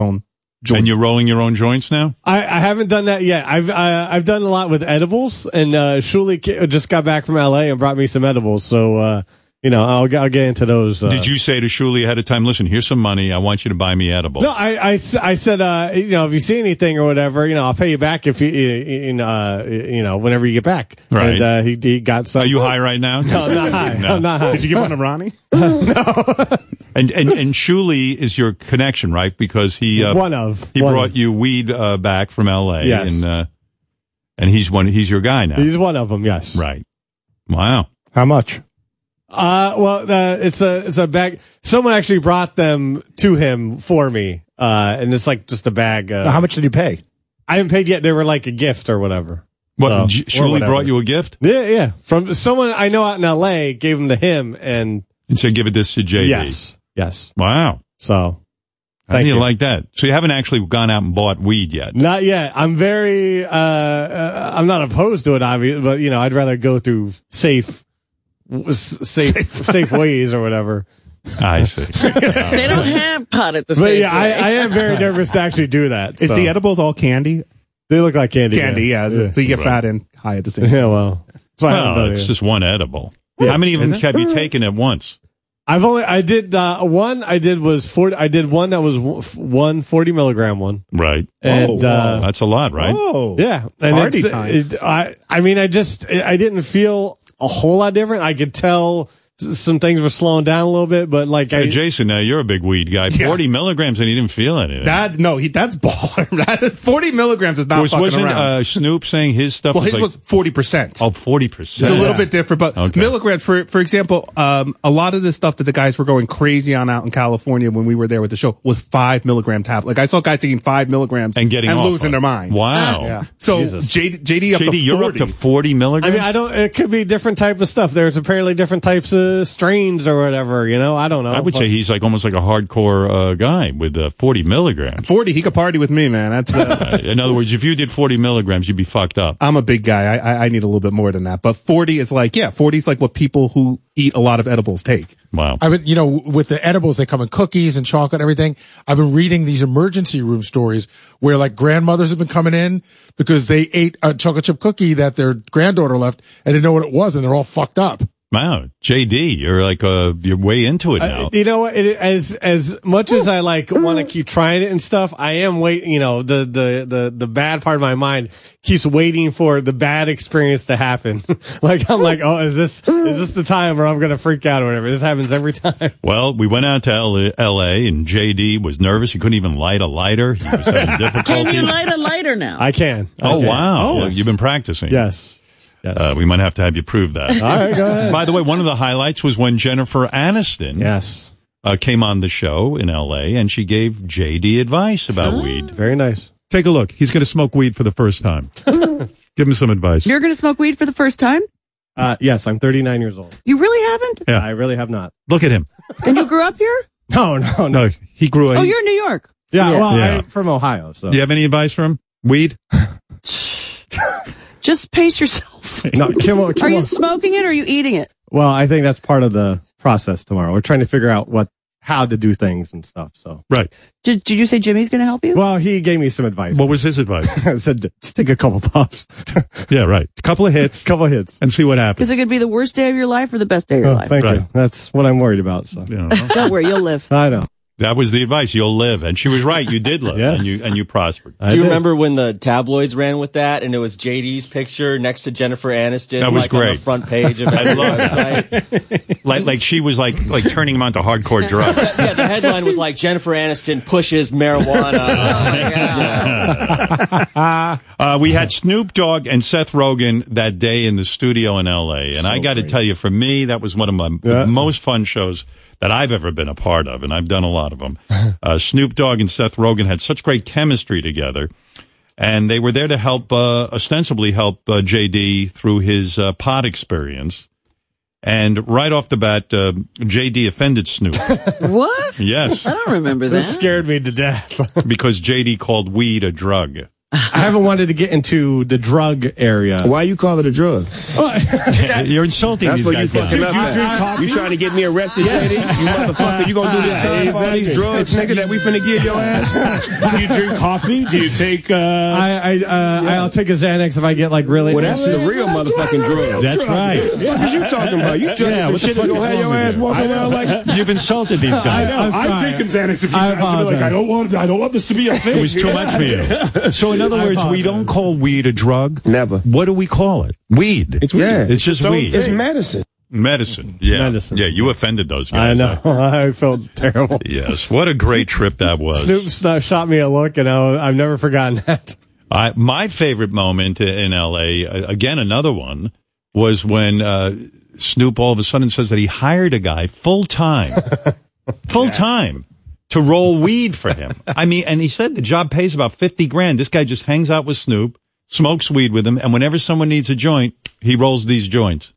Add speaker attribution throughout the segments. Speaker 1: own joint.
Speaker 2: And you're rolling your own joints now?
Speaker 3: I, I haven't done that yet. I've I, I've done a lot with edibles, and uh, Shuli ca- just got back from LA and brought me some edibles. So uh, you know, I'll, I'll get into those. Uh,
Speaker 2: Did you say to Shuli ahead of time, listen, here's some money. I want you to buy me edible.
Speaker 3: No, I, I s- I said, uh, you know, if you see anything or whatever, you know, I'll pay you back if you, you, you know, uh, you know, whenever you get back.
Speaker 2: Right.
Speaker 3: And, uh, he, he got some.
Speaker 2: Are you high right now?
Speaker 3: No, I'm not high.
Speaker 2: No.
Speaker 3: I'm not
Speaker 4: Um,
Speaker 3: high.
Speaker 1: Did you give one to Ronnie?
Speaker 2: And, and, and Shuli is your connection, right? Because he, uh,
Speaker 3: one of.
Speaker 2: he
Speaker 3: one
Speaker 2: brought
Speaker 3: of.
Speaker 2: you weed, uh, back from LA.
Speaker 3: Yes.
Speaker 2: And, uh, and he's one, he's your guy now.
Speaker 3: He's one of them. Yes.
Speaker 2: right. Wow.
Speaker 1: How much?
Speaker 3: Uh, well, uh, it's a it's a bag. Someone actually brought them to him for me, uh, and it's like just a bag. Uh,
Speaker 1: How much did you pay?
Speaker 3: I haven't paid yet. They were like a gift or whatever.
Speaker 2: What,
Speaker 3: So,
Speaker 2: J-
Speaker 3: or
Speaker 2: Shuli
Speaker 3: whatever.
Speaker 2: brought you a gift
Speaker 3: Yeah, yeah. From someone I know out in L.A. gave them to him, and
Speaker 2: and said, give it this to JD.
Speaker 3: yes, yes.
Speaker 2: Wow.
Speaker 3: So
Speaker 2: How
Speaker 3: Thank
Speaker 2: do you,
Speaker 3: you.
Speaker 2: like that? So you haven't actually gone out and bought weed yet.
Speaker 3: Not yet. I'm very. Uh, uh, I'm not opposed to it, obviously, but you know, I'd rather go through safe, w- s- safe, safe ways or whatever.
Speaker 2: I see.
Speaker 5: They don't have pot at the
Speaker 3: Uh, But
Speaker 5: same
Speaker 3: yeah, I, I am very nervous to actually do that.
Speaker 1: Is
Speaker 3: so.
Speaker 1: the edibles all candy?
Speaker 3: They look like candy.
Speaker 1: Candy, yeah.
Speaker 3: Yeah.
Speaker 1: So you get fat and high at the same.
Speaker 3: Yeah, well, that's why I haven't
Speaker 2: well,
Speaker 3: done it
Speaker 2: it's
Speaker 3: yet.
Speaker 2: just one edible. How many of them have you taken at once?
Speaker 3: I've only I did uh, one. I did was forty. I did one that was w- f- one 40 milligram one,
Speaker 2: Right.
Speaker 3: and uh,
Speaker 2: That's a lot, right?
Speaker 1: Oh,
Speaker 3: yeah, and
Speaker 1: Party
Speaker 3: it's- uh,
Speaker 1: time.
Speaker 3: it- I I mean, I just I didn't feel a whole lot different. I could tell s- some things were slowing down a little bit, but like
Speaker 2: Hey,
Speaker 3: I,
Speaker 2: Jason, now you're a big weed guy.
Speaker 1: Yeah.
Speaker 2: 40 milligrams and he didn't feel anything.
Speaker 1: That no, he that's baller. That is, Forty milligrams is not
Speaker 2: was,
Speaker 1: fucking
Speaker 2: wasn't
Speaker 1: around.
Speaker 2: uh, Snoop saying his stuff
Speaker 1: well,
Speaker 2: was
Speaker 1: his
Speaker 2: like,
Speaker 1: was forty percent.
Speaker 2: oh, 40%.
Speaker 1: It's a little bit different, but
Speaker 2: uh, Okay.
Speaker 1: milligrams for for example, um, a lot of the stuff that the guys were going crazy on out in California when we were there with the show was five milligram tablet. Like I saw guys taking five milligrams
Speaker 2: And getting
Speaker 1: and
Speaker 2: off
Speaker 1: losing
Speaker 2: of it.
Speaker 1: their mind.
Speaker 2: Wow.
Speaker 1: So
Speaker 3: Jesus.
Speaker 1: JD, JD up
Speaker 2: JD,
Speaker 1: to
Speaker 2: you're up
Speaker 1: 40.
Speaker 2: to 40
Speaker 3: I
Speaker 2: milligrams?
Speaker 3: mean, I don't. It could be different type of stuff. There's apparently different types of strains or whatever. You know, I don't know.
Speaker 2: I would
Speaker 3: but-
Speaker 2: say he's like almost like a hardcore uh, guy with uh, 40 milligrams.
Speaker 1: forty. He could party with me, man. That's uh,
Speaker 2: Uh, in other words, if you did 40 milligrams, you'd be fucked up.
Speaker 1: I'm a big guy. I, I I need a little bit more than that. But forty is like yeah, forty is like what people who eat a lot of edibles take.
Speaker 2: Wow.
Speaker 6: I've been, you know, with the edibles, they come in cookies and chocolate and everything. I've been reading these emergency room stories where like grandmothers have been coming in because they ate a chocolate chip cookie that their granddaughter left and didn't know what it was and they're all fucked up.
Speaker 2: Wow. JD, you're like, uh, you're way into it now.
Speaker 3: You know what? It, as as much as I like want to keep trying it and stuff, I am wait. You know, the the the the bad part of my mind keeps waiting for the bad experience to happen. like I'm like, oh, is this is this the time where I'm gonna freak out or whatever? This happens every time.
Speaker 2: Well, we went out to L- L.A. and JD was nervous. He couldn't even light a lighter. He was having difficulty.
Speaker 5: Can you light a lighter now?
Speaker 3: I can. I
Speaker 2: oh,
Speaker 3: can.
Speaker 2: wow.
Speaker 3: Yes.
Speaker 2: Well, You've been practicing.
Speaker 3: yes. Yes.
Speaker 2: Uh, we might have to have you prove that.
Speaker 3: All right. Go ahead.
Speaker 2: By the way, one of the highlights was when Jennifer Aniston
Speaker 3: yes.
Speaker 2: uh, came on the show in L.A. and she gave JD advice about weed.
Speaker 3: Ah. Very nice.
Speaker 2: Take a look. He's going to smoke weed for the first time. Give him some advice.
Speaker 7: You're going to smoke weed for the first time?
Speaker 3: Uh, yes, I'm 39 years old.
Speaker 7: You really haven't?
Speaker 2: Yeah.
Speaker 3: I really have not.
Speaker 2: Look at him.
Speaker 7: And you grew up here?
Speaker 3: No, no, no.
Speaker 2: No, he grew.
Speaker 7: Oh, you're in New York.
Speaker 3: Yeah. Well,
Speaker 2: Yeah.
Speaker 3: I'm from Ohio, so
Speaker 2: Do you have any advice for him? Weed?
Speaker 7: Just pace yourself.
Speaker 3: no. Kimmel,
Speaker 7: Are
Speaker 3: Kimmel,
Speaker 7: you smoking it or are you eating it?
Speaker 3: Well, I think that's part of the process tomorrow. We're trying to figure out what how to do things and stuff. So,
Speaker 2: Right.
Speaker 7: Did, did you say Jimmy's going to help you?
Speaker 3: well, he gave me some advice.
Speaker 2: What was his advice?
Speaker 3: I said just take a couple puffs,
Speaker 2: yeah, right. A couple of hits
Speaker 3: couple hits.
Speaker 2: and see what happens.
Speaker 7: Because it could be the worst day of your life or the best day of your
Speaker 3: Oh,
Speaker 7: life.
Speaker 3: thank you.
Speaker 2: Right.
Speaker 3: That's what I'm worried about. So
Speaker 2: You know.
Speaker 7: Don't worry, you'll live.
Speaker 3: I know.
Speaker 2: That was the advice. You'll live, and she was right. You did live,
Speaker 3: Yes.
Speaker 2: and you and you prospered.
Speaker 3: I
Speaker 8: Do you
Speaker 3: did.
Speaker 8: remember when the tabloids ran with that and it was JD's picture next to Jennifer Aniston
Speaker 2: That was
Speaker 8: like on
Speaker 2: great.
Speaker 8: the front page of
Speaker 2: I
Speaker 8: every
Speaker 2: love that.
Speaker 8: website?
Speaker 2: Like like she was like like turning him onto hardcore drugs.
Speaker 8: yeah, the headline was like Jennifer Aniston pushes marijuana.
Speaker 2: Uh, we had Snoop Dogg and Seth Rogen that day in the studio in L.A. And I got to tell you, for me, that was one of my
Speaker 3: Yeah.
Speaker 2: most fun shows that I've ever been a part of, and I've done a lot of them. Uh, Snoop Dogg and Seth Rogen had such great chemistry together, and they were there to help, uh, ostensibly help uh, JD through his uh, pot experience. And right off the bat, uh, JD offended Snoop.
Speaker 5: what?
Speaker 2: yes,
Speaker 5: I don't remember
Speaker 3: This
Speaker 5: that.
Speaker 3: scared me to death.
Speaker 2: because JD called weed a drug.
Speaker 3: I haven't wanted to get into the drug area.
Speaker 4: Why you call it a drug?
Speaker 2: You're insulting
Speaker 4: That's
Speaker 2: these
Speaker 4: what you
Speaker 2: guys. now.
Speaker 4: fucking up. at. You trying to get me arrested, lady? You motherfucker! You gonna do this time for all these drugs, nigga? That we finna give your ass?
Speaker 9: Do you drink coffee? Do you take? Uh,
Speaker 3: I, I, uh, I'll take a Xanax if I get like really.
Speaker 4: Well, that's the real motherfucking drug.
Speaker 2: That's right.
Speaker 4: What are you talking about? You
Speaker 2: Yeah,
Speaker 4: trying
Speaker 2: what
Speaker 4: to shit
Speaker 2: the
Speaker 4: that's
Speaker 2: fuck
Speaker 4: gonna have
Speaker 2: is wrong
Speaker 4: your
Speaker 2: with
Speaker 4: ass
Speaker 2: you?
Speaker 4: walking around like?
Speaker 2: You've insulted these guys.
Speaker 9: I, I'm taking Xanax. If you
Speaker 3: I
Speaker 9: I like, I
Speaker 3: apologize.
Speaker 9: don't want. I don't want this to be a thing.
Speaker 2: It was too much for you. So, in other words, we don't call weed a drug.
Speaker 4: Never.
Speaker 2: What do we call it? Weed.
Speaker 4: It's weed. Yeah.
Speaker 2: It's just weed.
Speaker 4: It's medicine.
Speaker 2: medicine. Yeah.
Speaker 3: medicine.
Speaker 2: Yeah. You offended those guys.
Speaker 3: I know. I felt terrible.
Speaker 2: Yes. What a great trip that was.
Speaker 3: Snoop Snoop shot me a look, and I, I've never forgotten that.
Speaker 2: I, my favorite moment in L.A. uh, again, another one was when uh, Snoop all of a sudden says that he hired a guy full time, full time to roll weed for him. I mean, and he said the job pays about fifty grand. This guy just hangs out with Snoop, smokes weed with him, and whenever someone needs a joint, he rolls these joints.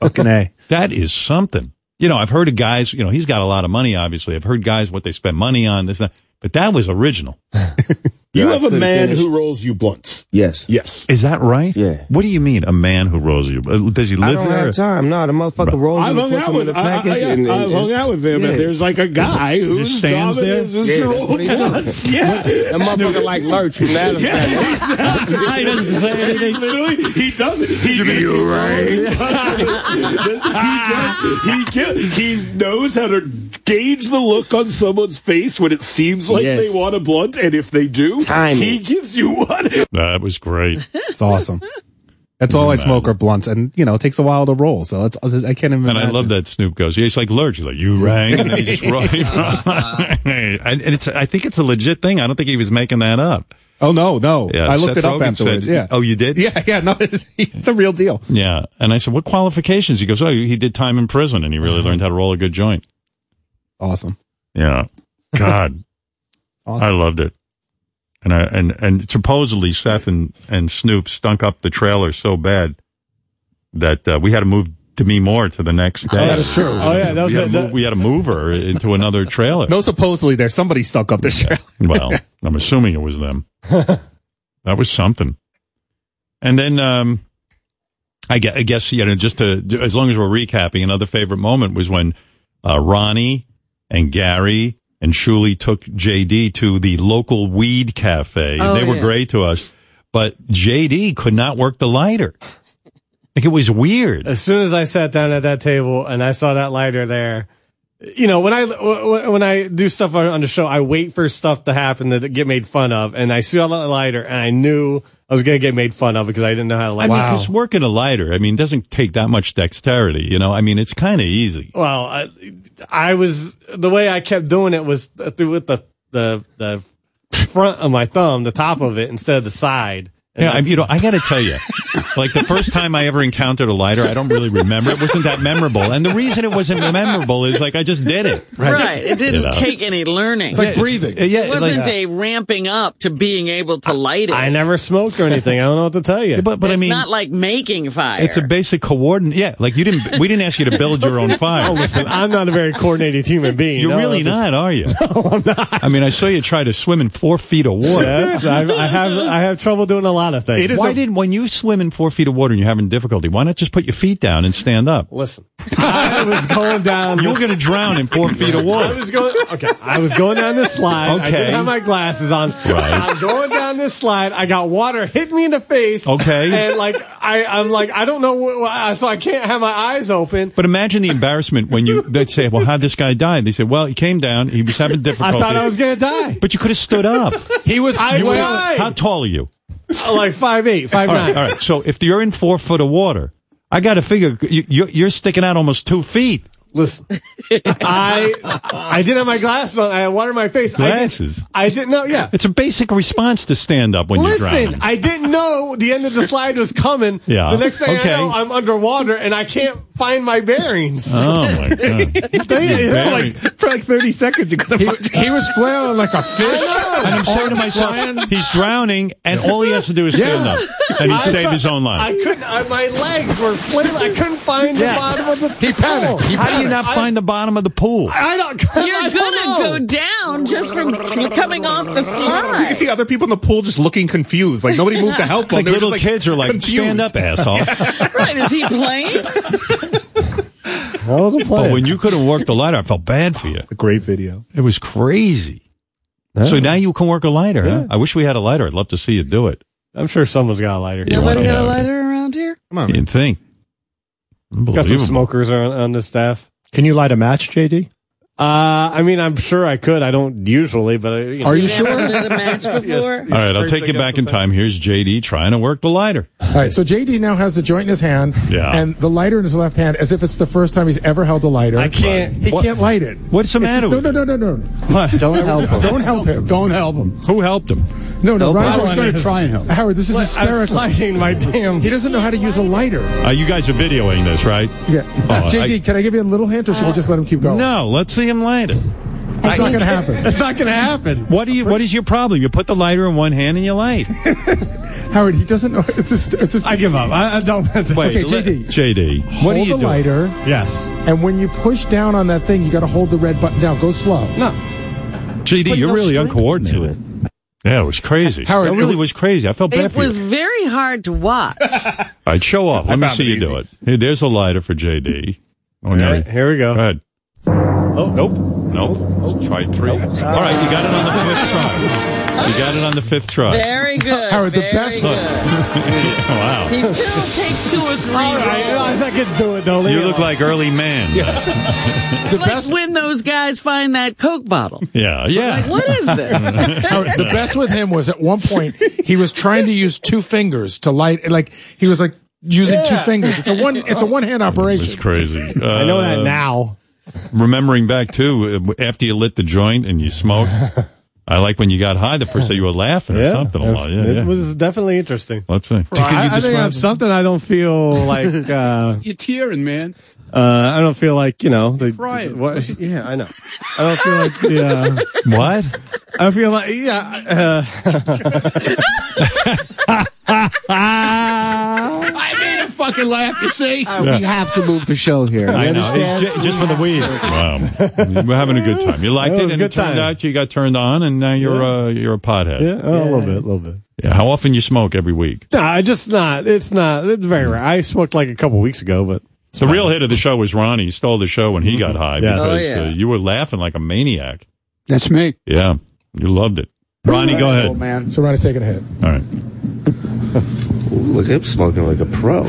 Speaker 1: Fucking A.
Speaker 2: That is something. You know, I've heard of guys. You know, he's got a lot of money. Obviously, I've heard guys what they spend money on this, that, but that was original.
Speaker 9: You
Speaker 4: Yeah, I
Speaker 9: have a
Speaker 4: couldn't
Speaker 9: man
Speaker 4: finish.
Speaker 9: who rolls you blunts.
Speaker 4: Yes.
Speaker 9: Yes.
Speaker 2: Is that right?
Speaker 4: Yeah.
Speaker 2: What do you mean, a man who rolls you? Uh, Does he
Speaker 4: I
Speaker 2: live
Speaker 4: don't
Speaker 2: there?
Speaker 4: have time. No, the motherfucker rolls
Speaker 9: I've
Speaker 4: and
Speaker 9: hung
Speaker 4: puts
Speaker 9: out
Speaker 4: them in
Speaker 9: with
Speaker 4: the
Speaker 9: I, I,
Speaker 4: package.
Speaker 9: I,
Speaker 4: and-
Speaker 9: I've
Speaker 4: and-
Speaker 9: hung out with him,
Speaker 4: Yeah.
Speaker 9: and there's like a guy who
Speaker 2: stands there?
Speaker 4: Yeah,
Speaker 9: to
Speaker 4: that's
Speaker 9: roll
Speaker 4: what he does.
Speaker 9: blunts. Yeah,
Speaker 4: That motherfucker like Lurch from that.
Speaker 2: he doesn't say anything.
Speaker 9: literally, he does it. He
Speaker 4: You be
Speaker 9: gets-
Speaker 4: all right.
Speaker 9: he just he get, he knows how to gauge the look on someone's face when it seems like
Speaker 4: Yes.
Speaker 9: they want a blunt, and if they do,
Speaker 4: Time
Speaker 9: he
Speaker 4: it.
Speaker 9: gives you one.
Speaker 2: That was great.
Speaker 1: It's awesome. That's all I smoke are blunts, and you know it takes a while to roll. So that's I can't even.
Speaker 2: And I love
Speaker 1: imagine.
Speaker 2: that Snoop goes. He's like Lurch. He's like, you rang, and then he just rang. and and it's, I think it's a legit thing. I don't think he was making that up.
Speaker 1: Oh no, no!
Speaker 2: Yeah,
Speaker 1: I looked
Speaker 2: Seth
Speaker 1: it up
Speaker 2: Rogen
Speaker 1: afterwards.
Speaker 2: said-
Speaker 1: yeah.
Speaker 2: Oh, you did?
Speaker 1: Yeah, yeah. No, it's, it's a real deal.
Speaker 2: Yeah. And I said, what qualifications? He goes, oh, he did time in prison, and he
Speaker 4: Uh-huh.
Speaker 2: really learned how to roll a good joint.
Speaker 1: Awesome.
Speaker 2: Yeah. God,
Speaker 1: Awesome.
Speaker 2: I loved it. And I and and supposedly Seth and and Snoop stunk up the trailer so bad that uh, we had to move Demi Moore to the next day.
Speaker 6: That is true.
Speaker 3: Oh yeah, that was
Speaker 2: we, had
Speaker 3: it.
Speaker 2: to move, we had to move her into another trailer.
Speaker 1: No, supposedly there's somebody stuck up the show.
Speaker 2: Well, I'm assuming it was them. that was something. And then, um, I guess, I guess, you know, just to, as long as we're recapping, another favorite moment was when, uh, Ronnie and Gary and Shuli took JD to the local weed cafe. and
Speaker 7: Oh,
Speaker 2: they were
Speaker 7: yeah.
Speaker 2: great to us, but JD could not work the lighter. Like it was weird.
Speaker 3: As soon as I sat down at that table and I saw that lighter there, you know, when I wh- wh- when I do stuff on on the show, I wait for stuff to happen that get made fun of, and I saw that lighter, and I knew I was gonna get made fun of because I didn't know how to light.
Speaker 2: I mean,
Speaker 3: it.
Speaker 2: 'cause working a lighter, I mean, doesn't take that much dexterity, you know? I mean, it's kind of easy.
Speaker 3: Well, I, I was the way I kept doing it was through with the the the front of my thumb, the top of it instead of the side. And
Speaker 2: Yeah, I,
Speaker 3: that's-
Speaker 2: you know, I got to tell you, like the first time I ever encountered a lighter, I don't really remember. It wasn't that memorable, and the reason it wasn't memorable is like I just did it.
Speaker 5: Right. It didn't
Speaker 2: You know.
Speaker 5: take any learning.
Speaker 6: It's like breathing.
Speaker 2: Uh, Yeah,
Speaker 5: it wasn't
Speaker 2: like-
Speaker 5: a ramping up to being able to light it.
Speaker 3: I never smoked or anything. I don't know what to tell you.
Speaker 2: but but I
Speaker 5: it's
Speaker 2: mean,
Speaker 5: not like making fire.
Speaker 2: it's a basic coordinate. Yeah, like you didn't. We didn't ask you to build your own fire.
Speaker 3: Listen, I'm not a very coordinated human being.
Speaker 2: You're
Speaker 3: No,
Speaker 2: really
Speaker 3: that's-
Speaker 2: not, are you? No, I'm not. I mean, I saw you try to swim in four feet of water.
Speaker 3: Yes, I, I have I have trouble doing a lot of things.
Speaker 2: Why didn't when you swim in four feet of water and you're having difficulty? Why not just put your feet down and stand up?
Speaker 3: Listen, I was going down.
Speaker 2: You're
Speaker 3: this-
Speaker 2: going to drown in four feet of
Speaker 3: I
Speaker 2: water.
Speaker 3: was going. Okay, I was going down this slide. I
Speaker 2: Okay.
Speaker 3: didn't have my glasses on. I'm going down this slide. I got water hit me in the face.
Speaker 2: Okay.
Speaker 3: and like I, I'm like I don't know what, why- so I can't have my eyes open.
Speaker 2: But imagine the embarrassment when you they'd say, "Well, how'd this guy die?" They said, "Well, he came down. He was having
Speaker 3: I
Speaker 2: difficulty."
Speaker 3: thought I was gonna die.
Speaker 2: but you could have stood up.
Speaker 6: He was.
Speaker 3: I
Speaker 6: you were-
Speaker 3: tried.
Speaker 2: How tall are you?
Speaker 3: like five eight, five
Speaker 2: All right,
Speaker 3: nine.
Speaker 2: all right. So if you're in four foot of water, I got to figure you, you're, you're sticking out almost two feet.
Speaker 3: Listen, I I didn't have my glasses on. I had water in my face.
Speaker 2: Glasses.
Speaker 3: I, did, I didn't know. Yeah.
Speaker 2: It's a basic response to stand up when you're
Speaker 3: Listen,
Speaker 2: drowning.
Speaker 3: I didn't know the end of the slide was coming.
Speaker 2: Yeah.
Speaker 3: The next thing
Speaker 2: Okay.
Speaker 3: I know, I'm underwater and I can't find my bearings.
Speaker 2: oh my god!
Speaker 3: They- you know, like,
Speaker 1: For like 30 seconds, you could have.
Speaker 6: He was flailing like a fish.
Speaker 2: And I'm saying to myself, he's drowning, and all he has to do is stand up, and he'd
Speaker 3: I
Speaker 2: save
Speaker 3: tried-
Speaker 2: his own
Speaker 3: I
Speaker 2: life.
Speaker 3: couldn't. I, my legs were flailing. I couldn't find
Speaker 2: Yeah.
Speaker 3: the bottom of the.
Speaker 6: He panicked. He
Speaker 2: How do you not
Speaker 3: I-
Speaker 2: find the bottom of the pool?
Speaker 3: I don't. I
Speaker 5: You're
Speaker 3: don't know.
Speaker 5: gonna go down just from coming off the
Speaker 1: You can
Speaker 5: slide.
Speaker 1: see other people in the pool just looking confused. Like nobody moved to help them.
Speaker 2: Like
Speaker 1: They were
Speaker 2: little
Speaker 1: just,
Speaker 2: kids are like,
Speaker 1: confused.
Speaker 2: stand up, asshole.
Speaker 5: Right? Is he playing?
Speaker 3: That was a play.
Speaker 2: But when you couldn't work the lighter, I felt bad for you.
Speaker 1: It's a great video.
Speaker 2: It was crazy. So now you can work a lighter. Huh? I wish we had a lighter. I'd love to see you do it.
Speaker 3: I'm sure someone's got a lighter.
Speaker 2: You
Speaker 5: Nobody
Speaker 2: wanna
Speaker 5: got a
Speaker 2: have it.
Speaker 5: lighter around here.
Speaker 1: Come on.
Speaker 2: You
Speaker 1: man.
Speaker 2: didn't think.
Speaker 3: Got some
Speaker 2: Unbelievable.
Speaker 3: smokers on, on the staff.
Speaker 10: Can you light a match, JD?
Speaker 3: Uh, I mean, I'm sure I could. I don't usually, but I, you know.
Speaker 6: Are you
Speaker 5: You've
Speaker 6: sure?
Speaker 5: never done a match before?
Speaker 2: All right, I'll take you back in time. Here's JD trying to work the lighter.
Speaker 6: All right, so JD now has the joint in his hand
Speaker 2: Yeah.
Speaker 6: and the lighter in his left hand as if it's the first time he's ever held a lighter.
Speaker 3: I can't-
Speaker 6: He
Speaker 2: What-
Speaker 6: can't light it.
Speaker 2: what's the
Speaker 6: It's
Speaker 2: matter
Speaker 6: Just,
Speaker 2: with
Speaker 6: no, no, no, no, no.
Speaker 10: Don't help him.
Speaker 6: Don't help him.
Speaker 10: Don't help him.
Speaker 2: Who helped him?
Speaker 6: No, no,
Speaker 10: Don't
Speaker 6: Ryan's
Speaker 10: bother
Speaker 6: just
Speaker 10: him.
Speaker 6: gonna-
Speaker 10: Try him.
Speaker 6: Howard, this is
Speaker 3: I'm
Speaker 6: hysterical.
Speaker 3: sliding my damn.
Speaker 6: He doesn't know how to use a lighter.
Speaker 2: Uh, you guys are videoing this, right?
Speaker 6: Yeah.
Speaker 2: Oh,
Speaker 6: JD,
Speaker 2: I-
Speaker 6: Uh, can I give you a little hint or should we just let him keep going?
Speaker 2: No, let's see him light it.
Speaker 6: It's not going to happen.
Speaker 3: It's not going to happen.
Speaker 2: What do you? What is your problem? You put the lighter in one hand and you light.
Speaker 6: Howard, he doesn't know. It's just, it's just,
Speaker 3: I give up. I, I don't.
Speaker 6: Okay,
Speaker 2: let-
Speaker 6: JD.
Speaker 2: JD,
Speaker 6: hold
Speaker 2: what do you
Speaker 6: the
Speaker 2: do?
Speaker 6: lighter,
Speaker 3: Yes.
Speaker 6: and when you push down on that thing, you got to hold the red button down. Go slow.
Speaker 3: No.
Speaker 2: JD,
Speaker 6: Put
Speaker 2: you're
Speaker 6: no
Speaker 2: really
Speaker 6: strength
Speaker 2: uncoordinated. Yeah, it was crazy.
Speaker 6: Howard,
Speaker 2: it
Speaker 6: it
Speaker 2: really
Speaker 6: was-
Speaker 2: was crazy. I felt bad
Speaker 5: It
Speaker 2: for
Speaker 5: was
Speaker 2: you.
Speaker 5: very hard to watch.
Speaker 2: All right, show off. Let me
Speaker 1: found
Speaker 2: see
Speaker 1: it
Speaker 2: you do it. Here, there's a lighter for JD. Oh,
Speaker 3: All
Speaker 2: no.
Speaker 3: right, here we
Speaker 2: Go
Speaker 3: go.
Speaker 2: ahead.
Speaker 3: Oh, nope.
Speaker 2: Nope. Try three. All right, you got it on the fifth try. You got it on the fifth try.
Speaker 5: Very good.
Speaker 6: Howard, the
Speaker 5: very
Speaker 6: best-
Speaker 5: Good.
Speaker 2: wow.
Speaker 5: He still takes two or three.
Speaker 3: All right, I
Speaker 5: rolls.
Speaker 3: think I can do it though. Leave
Speaker 2: You
Speaker 3: me
Speaker 2: look
Speaker 3: alone.
Speaker 2: like early man. Yeah.
Speaker 6: The
Speaker 5: It's like
Speaker 6: best,
Speaker 5: when those guys find that Coke bottle.
Speaker 2: Yeah.
Speaker 5: Like, what is this?
Speaker 6: Howard, the best with him was at one point he was trying to use two fingers to light. Like he was like using two fingers. It's a one. It's a one hand
Speaker 2: It's
Speaker 6: operation.
Speaker 2: crazy. Uh,
Speaker 3: I know that now.
Speaker 2: Remembering back too, uh, after you lit the joint and you smoked, I like when you got high. The first day you were laughing or something a lot. Yeah,
Speaker 3: it
Speaker 2: yeah.
Speaker 3: was definitely interesting.
Speaker 2: Let's see.
Speaker 3: I, I think I have something I don't feel like. Uh,
Speaker 10: You're tearing, man.
Speaker 3: uh, I don't feel like you know. The,
Speaker 10: crying.
Speaker 3: what, yeah, I know. I don't feel like the. Uh,
Speaker 2: What?
Speaker 3: I feel like yeah. Uh,
Speaker 10: I made him fucking laugh, you see? We have to move the show here. You
Speaker 2: I know.
Speaker 10: understand?
Speaker 2: It's ju- just for the weed. Wow. We're having a good time. You liked
Speaker 3: It
Speaker 2: it,
Speaker 3: was a
Speaker 2: and it
Speaker 3: good
Speaker 2: turned
Speaker 3: time.
Speaker 2: out you got turned on, and now you're uh, you're a pothead.
Speaker 3: yeah, oh, a little bit, a little bit.
Speaker 2: Yeah, How often you smoke every week?
Speaker 3: No, I just not. It's not. It's very rare. I smoked like a couple weeks ago, but
Speaker 2: The real hit of the show was Ronnie. He stole the show when he got high
Speaker 3: Mm-hmm. Yes.
Speaker 2: because
Speaker 5: Oh, yeah.
Speaker 2: uh, you were laughing like a maniac.
Speaker 10: That's me.
Speaker 2: Yeah, you loved it. Ronnie, go
Speaker 10: Oh,
Speaker 2: ahead.
Speaker 10: man.
Speaker 6: So Ronnie's taking a hit.
Speaker 2: All right.
Speaker 9: Look, I'm smoking like a pro.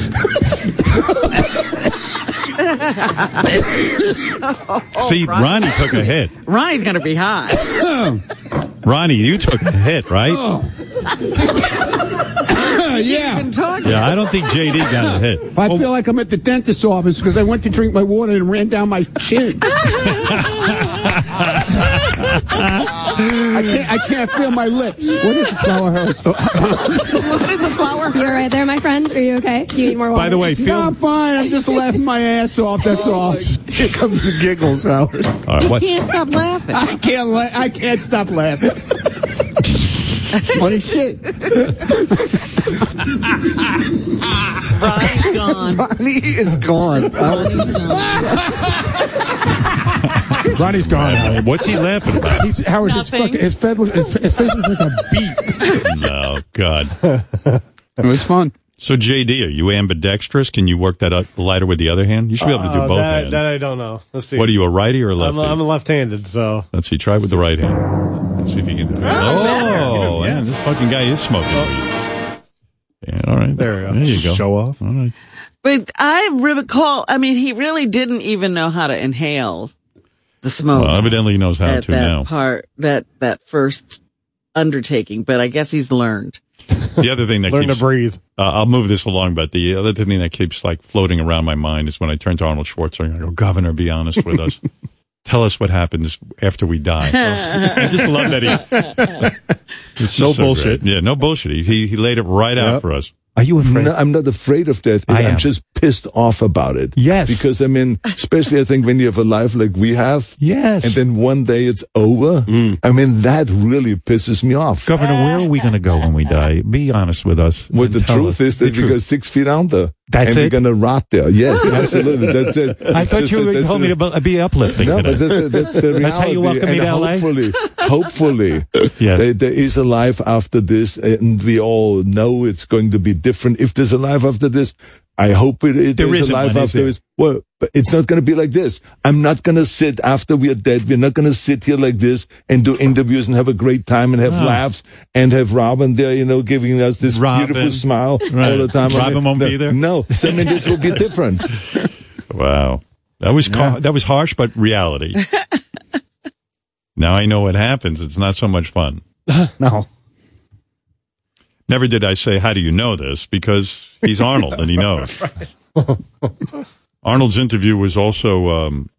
Speaker 2: See, Ronnie took a hit.
Speaker 5: Ronnie's gonna be hot. Oh.
Speaker 2: Ronnie, you took a hit, right?
Speaker 10: yeah.
Speaker 5: Been talking.
Speaker 2: Yeah, I don't think JD got a hit.
Speaker 10: I feel like I'm at the dentist's office because I went to drink my water and ran down my chin. I can't. I can't feel my lips. What is the flower house?
Speaker 11: What is a flower? You're right there, my friend. Are you okay? Do you need more water?
Speaker 2: By the way, feel.
Speaker 10: No, I'm fine. I'm just laughing my ass off. That's all. Here comes the giggles, Howard.
Speaker 2: All right, what?
Speaker 5: Can't stop laughing.
Speaker 10: I can't. La- I can't stop laughing. Funny shit.
Speaker 5: Ronnie's gone.
Speaker 10: Bonnie is gone.
Speaker 5: Ronnie's gone.
Speaker 6: Ronnie's gone. Howard.
Speaker 2: What's he laughing about?
Speaker 6: He's Howard. His,
Speaker 5: Nothing.
Speaker 6: fucking- his, fed was, his, his face is like a beat.
Speaker 2: No, Oh, God.
Speaker 10: It was fun.
Speaker 2: So JD, are you ambidextrous? Can you work that up lighter with the other hand? You should be able to do
Speaker 3: uh,
Speaker 2: both
Speaker 3: that,
Speaker 2: hands.
Speaker 3: that I don't know. Let's see.
Speaker 2: what are you, a righty or a
Speaker 3: I'm,
Speaker 2: lefty?
Speaker 3: I'm left-handed, so
Speaker 2: Let's see. Try with the right hand. Let's see if you can do it.
Speaker 3: Ah,
Speaker 2: Oh, man, this fucking guy is smoking. weed. Yeah, all right.
Speaker 3: Oh. There we go.
Speaker 2: There you go.
Speaker 3: Show off.
Speaker 2: All right.
Speaker 5: But I recall. I mean, he really didn't even know how to inhale the smoke
Speaker 2: Well, evidently he knows how
Speaker 5: at
Speaker 2: to
Speaker 5: that
Speaker 2: now.
Speaker 5: part. That that first undertaking. But I guess he's learned.
Speaker 2: The other thing that
Speaker 3: learn to
Speaker 2: keeps, uh,
Speaker 3: breathe.
Speaker 2: I'll move this along, but the other thing that keeps like floating around my mind is when I turn to Arnold Schwarzenegger, I go, Governor, be honest with us. Tell us what happens after we die. I just love that he. it's just
Speaker 3: No
Speaker 2: so
Speaker 3: bullshit.
Speaker 2: great. Yeah, no bullshit. He, he, he laid it right out
Speaker 3: Yep.
Speaker 2: for us. Are you afraid?
Speaker 12: No, I'm not afraid of death.
Speaker 2: I am.
Speaker 12: I'm just pissed off about it.
Speaker 2: Yes.
Speaker 12: Because I mean, especially I think when you have a life like we have.
Speaker 2: Yes. Mm.
Speaker 12: And then one day it's over. I mean, that really pisses me off.
Speaker 2: Governor, where are we going to go when we die? Be honest with us.
Speaker 12: Well,
Speaker 2: and
Speaker 12: the
Speaker 2: tell
Speaker 12: truth
Speaker 2: us
Speaker 12: is
Speaker 2: the
Speaker 12: that we
Speaker 2: truth.
Speaker 12: go six feet under.
Speaker 2: That's
Speaker 12: and
Speaker 2: it?
Speaker 12: we're gonna rot there. Yes, absolutely. That's it.
Speaker 2: I
Speaker 12: It's
Speaker 2: thought
Speaker 12: just
Speaker 2: you
Speaker 12: that-
Speaker 2: were
Speaker 12: that's
Speaker 2: telling me
Speaker 12: the-
Speaker 2: to bu- be uplifting.
Speaker 12: No,
Speaker 2: today.
Speaker 12: but that's, that's the reality.
Speaker 2: That's how you welcome me
Speaker 12: and
Speaker 2: to LA.
Speaker 12: Hopefully, hopefully there- there is a life after this, and we all know it's going to be different. If there's a life after this, I hope it, it
Speaker 2: There
Speaker 12: there's
Speaker 2: isn't
Speaker 12: a life
Speaker 2: one, is
Speaker 12: after
Speaker 2: there?
Speaker 12: this. Well, but it's not going to be like this. I'm not going to sit after we are dead. We're not going to sit here like this and do interviews and have a great time and have
Speaker 2: Ah.
Speaker 12: laughs and have Robin there, you know, giving us this
Speaker 2: Robin.
Speaker 12: beautiful smile
Speaker 2: Right.
Speaker 12: all the time. I
Speaker 2: Robin
Speaker 12: mean,
Speaker 2: won't
Speaker 12: no,
Speaker 2: be there?
Speaker 12: No, so, I mean, this will be different.
Speaker 2: Wow. That was ca- that was harsh, but reality. now I know what happens. It's not so much fun.
Speaker 1: no.
Speaker 2: Never did I say, "How do you know this?" Because he's Arnold, and he knows. Arnold's interview was also um,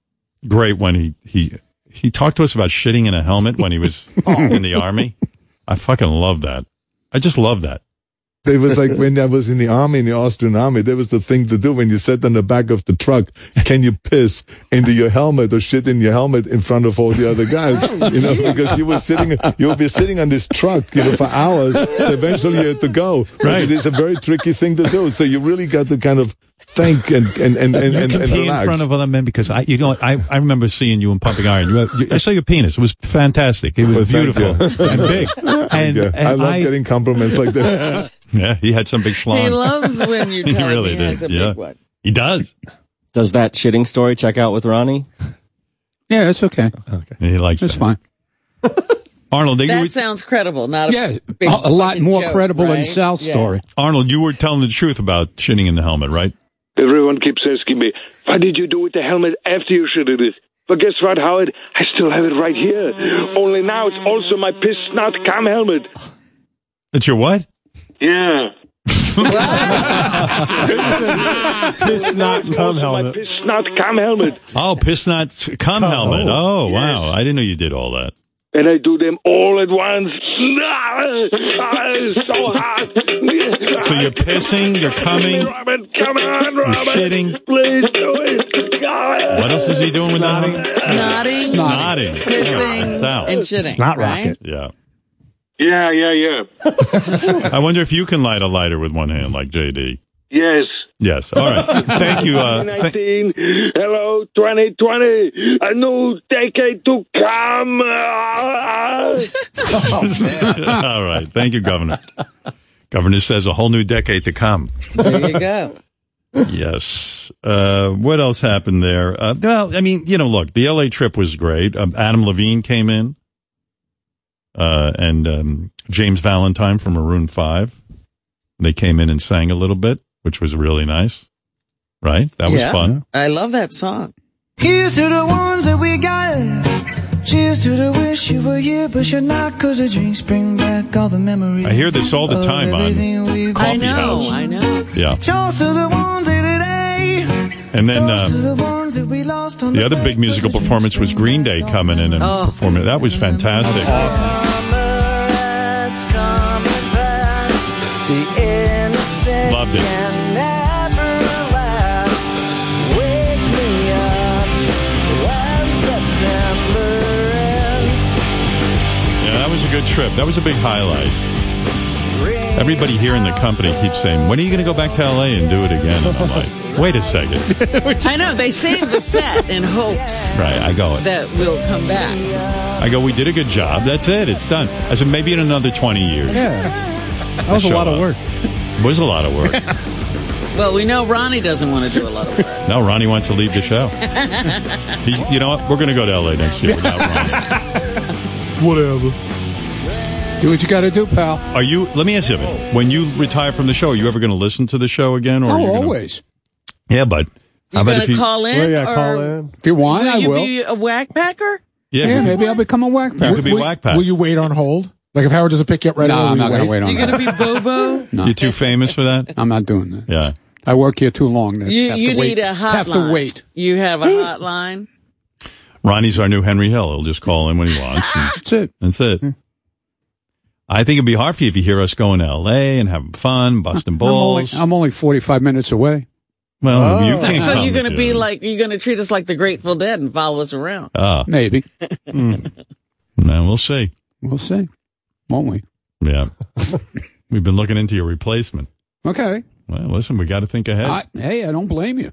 Speaker 2: great when he he he talked to us about shitting in a helmet when he was in the army. I fucking love that. I just love that.
Speaker 12: It was like when I was in the army, in the Austrian army, that was the thing to do when you sat on the back of the truck. Can you piss into your helmet or shit in your helmet in front of all the other guys? you know, because you were sitting, you would be sitting on this truck, you know, for hours. So eventually you had to go. But
Speaker 2: Right.
Speaker 12: It is a very tricky thing to do. So you really got to kind of think and, and, and, and,
Speaker 2: you
Speaker 12: and,
Speaker 2: can
Speaker 12: and
Speaker 2: pee
Speaker 12: relax.
Speaker 2: in front of other men because I, you know, I, I remember seeing you in Pumping Iron. You, you, I saw your penis. It was fantastic. It was
Speaker 12: Well, thank
Speaker 2: beautiful
Speaker 12: you.
Speaker 2: and big. And,
Speaker 12: Yeah.
Speaker 2: and
Speaker 12: I love getting compliments like that.
Speaker 2: Yeah, he had some big schlong.
Speaker 5: He loves when you
Speaker 2: he
Speaker 5: tell him
Speaker 2: really
Speaker 5: he
Speaker 2: did.
Speaker 5: has a big
Speaker 2: yeah,
Speaker 5: one.
Speaker 2: he does.
Speaker 8: Does that shitting story check out with Ronnie?
Speaker 13: Yeah, it's okay.
Speaker 2: He likes
Speaker 13: It's
Speaker 2: that.
Speaker 13: fine.
Speaker 2: Arnold, they,
Speaker 5: That
Speaker 2: you were-
Speaker 5: sounds credible. Not a
Speaker 13: Yeah,
Speaker 5: big
Speaker 13: a- a lot
Speaker 5: fucking
Speaker 13: more
Speaker 5: joke,
Speaker 13: credible than
Speaker 5: right?
Speaker 13: Sal's
Speaker 5: Yeah.
Speaker 13: story.
Speaker 2: Arnold, you were telling the truth about shitting in the helmet, right?
Speaker 9: Everyone keeps asking me, why did you do with the helmet after you shitted it? But guess what, Howard? I still have it right here. Only now it's also my piss snot cam helmet.
Speaker 2: It's your what?
Speaker 9: Yeah.
Speaker 3: Piss not cum helmet.
Speaker 9: Piss snot cam helmet.
Speaker 2: Oh, piss not c- cum helmet. Oh, wow! I didn't know you did all that.
Speaker 9: And I do them all at once. Ah, so hot.
Speaker 2: So you're pissing, you're coming,
Speaker 9: Robin, come on,
Speaker 2: you're
Speaker 9: Robin.
Speaker 2: shitting.
Speaker 9: Please do it. Ah.
Speaker 2: What else is he doing with that? helmet?
Speaker 5: Snotting,
Speaker 2: Snotting, Yeah,
Speaker 5: pissing,
Speaker 2: Sal.
Speaker 5: and shitting.
Speaker 2: Snot
Speaker 5: right?
Speaker 2: rocket. Yeah.
Speaker 9: Yeah, yeah, yeah.
Speaker 2: I wonder if you can light a lighter with one hand like JD.
Speaker 9: Yes.
Speaker 2: Yes. All right. Thank you. Uh, thank-
Speaker 9: 2019. Hello, 2020. A new decade to come.
Speaker 2: Oh, all right. Thank you, Governor. Governor says a whole new decade to come.
Speaker 5: There you go.
Speaker 2: yes. Uh, what else happened there? Uh, well, I mean, you know, look, the LA trip was great. Um, Adam Levine came in, uh, and um, James Valentine from Maroon Five. They came in and sang a little bit, which was really nice. Right? That was
Speaker 5: Yeah.
Speaker 2: fun.
Speaker 5: I love that song.
Speaker 14: Here's to the ones that we got it. Cheers to the wish you were here, but you're not, cause the drinks bring back all the memories.
Speaker 2: I hear this all the
Speaker 14: of
Speaker 2: time
Speaker 14: everything
Speaker 2: on
Speaker 14: we've
Speaker 2: Coffee
Speaker 14: been through.
Speaker 2: House. Yeah.
Speaker 14: Toast to the ones in today.
Speaker 2: And then
Speaker 14: Toast to
Speaker 2: uh,
Speaker 14: the ones that we lost on
Speaker 2: the other big musical performance was Green Day coming in and
Speaker 14: Oh.
Speaker 2: performing. That was fantastic.
Speaker 14: Summer's coming fast. The innocent
Speaker 2: Loved it.
Speaker 14: can never last. Wake me up when September ends.
Speaker 2: Yeah, that was a good trip. That was a big highlight. Everybody here in the company keeps saying, "When are you going to go back to LA and do it again?" And I'm like, "Wait a second,
Speaker 5: I know they saved the set in hopes
Speaker 2: right? I go,
Speaker 5: that we'll come back.
Speaker 2: I go. We did a good job. That's it. It's done." I said, "Maybe in another 20 years."
Speaker 5: Yeah,
Speaker 2: that was a lot of work. It was a lot of work.
Speaker 5: Well, we know Ronnie doesn't want to do a lot of work.
Speaker 2: now Ronnie wants to leave the show. He- you know what? We're going to go to LA next year. Without Ronnie.
Speaker 13: Whatever. Do what you got to do, pal.
Speaker 2: Are you? Let me ask you. When you retire from the show, are you ever going to listen to the show again? Or are
Speaker 13: Oh,
Speaker 2: you gonna-
Speaker 13: always.
Speaker 2: Yeah, but how
Speaker 5: You
Speaker 2: about
Speaker 5: gonna
Speaker 2: if you
Speaker 5: call in? or
Speaker 13: If you want, I
Speaker 5: you
Speaker 13: will.
Speaker 5: be a whack packer?
Speaker 2: Yeah,
Speaker 13: Yeah, maybe I'll become a whack pack.
Speaker 2: You could be whack pack.
Speaker 6: Will you wait on hold? Like if Howard doesn't pick you up right
Speaker 13: No,
Speaker 6: away,
Speaker 13: I'm
Speaker 6: will
Speaker 13: not
Speaker 6: you
Speaker 13: going to wait on
Speaker 5: You're
Speaker 13: that.
Speaker 5: gonna be Bobo?
Speaker 2: You're too famous for that.
Speaker 13: I'm not doing that.
Speaker 2: Yeah.
Speaker 13: I work here too long. To
Speaker 5: You
Speaker 13: have
Speaker 5: you
Speaker 13: to wait.
Speaker 5: need a hotline.
Speaker 13: Have to wait.
Speaker 5: You have a hotline.
Speaker 2: Ronnie's our new Henry Hill. He'll just call in when he wants. and-
Speaker 13: Hmm. That's it.
Speaker 2: That's it. I think it'd be hard for you if you hear us going to L.A. and having fun, busting
Speaker 13: I'm only,
Speaker 2: balls.
Speaker 13: I'm only 45 minutes away.
Speaker 2: Well, Oh,
Speaker 13: Oh.
Speaker 2: you can't
Speaker 5: So
Speaker 2: come
Speaker 5: you're gonna
Speaker 2: to-
Speaker 5: be like you're gonna treat us like the Grateful Dead and follow us around.
Speaker 2: Ah.
Speaker 13: Maybe.
Speaker 2: No, we'll see.
Speaker 13: We'll see. Won't we?
Speaker 2: Yeah. We've been looking into your replacement.
Speaker 13: Okay.
Speaker 2: Well, listen, we got to think ahead.
Speaker 13: I, hey, I don't blame you.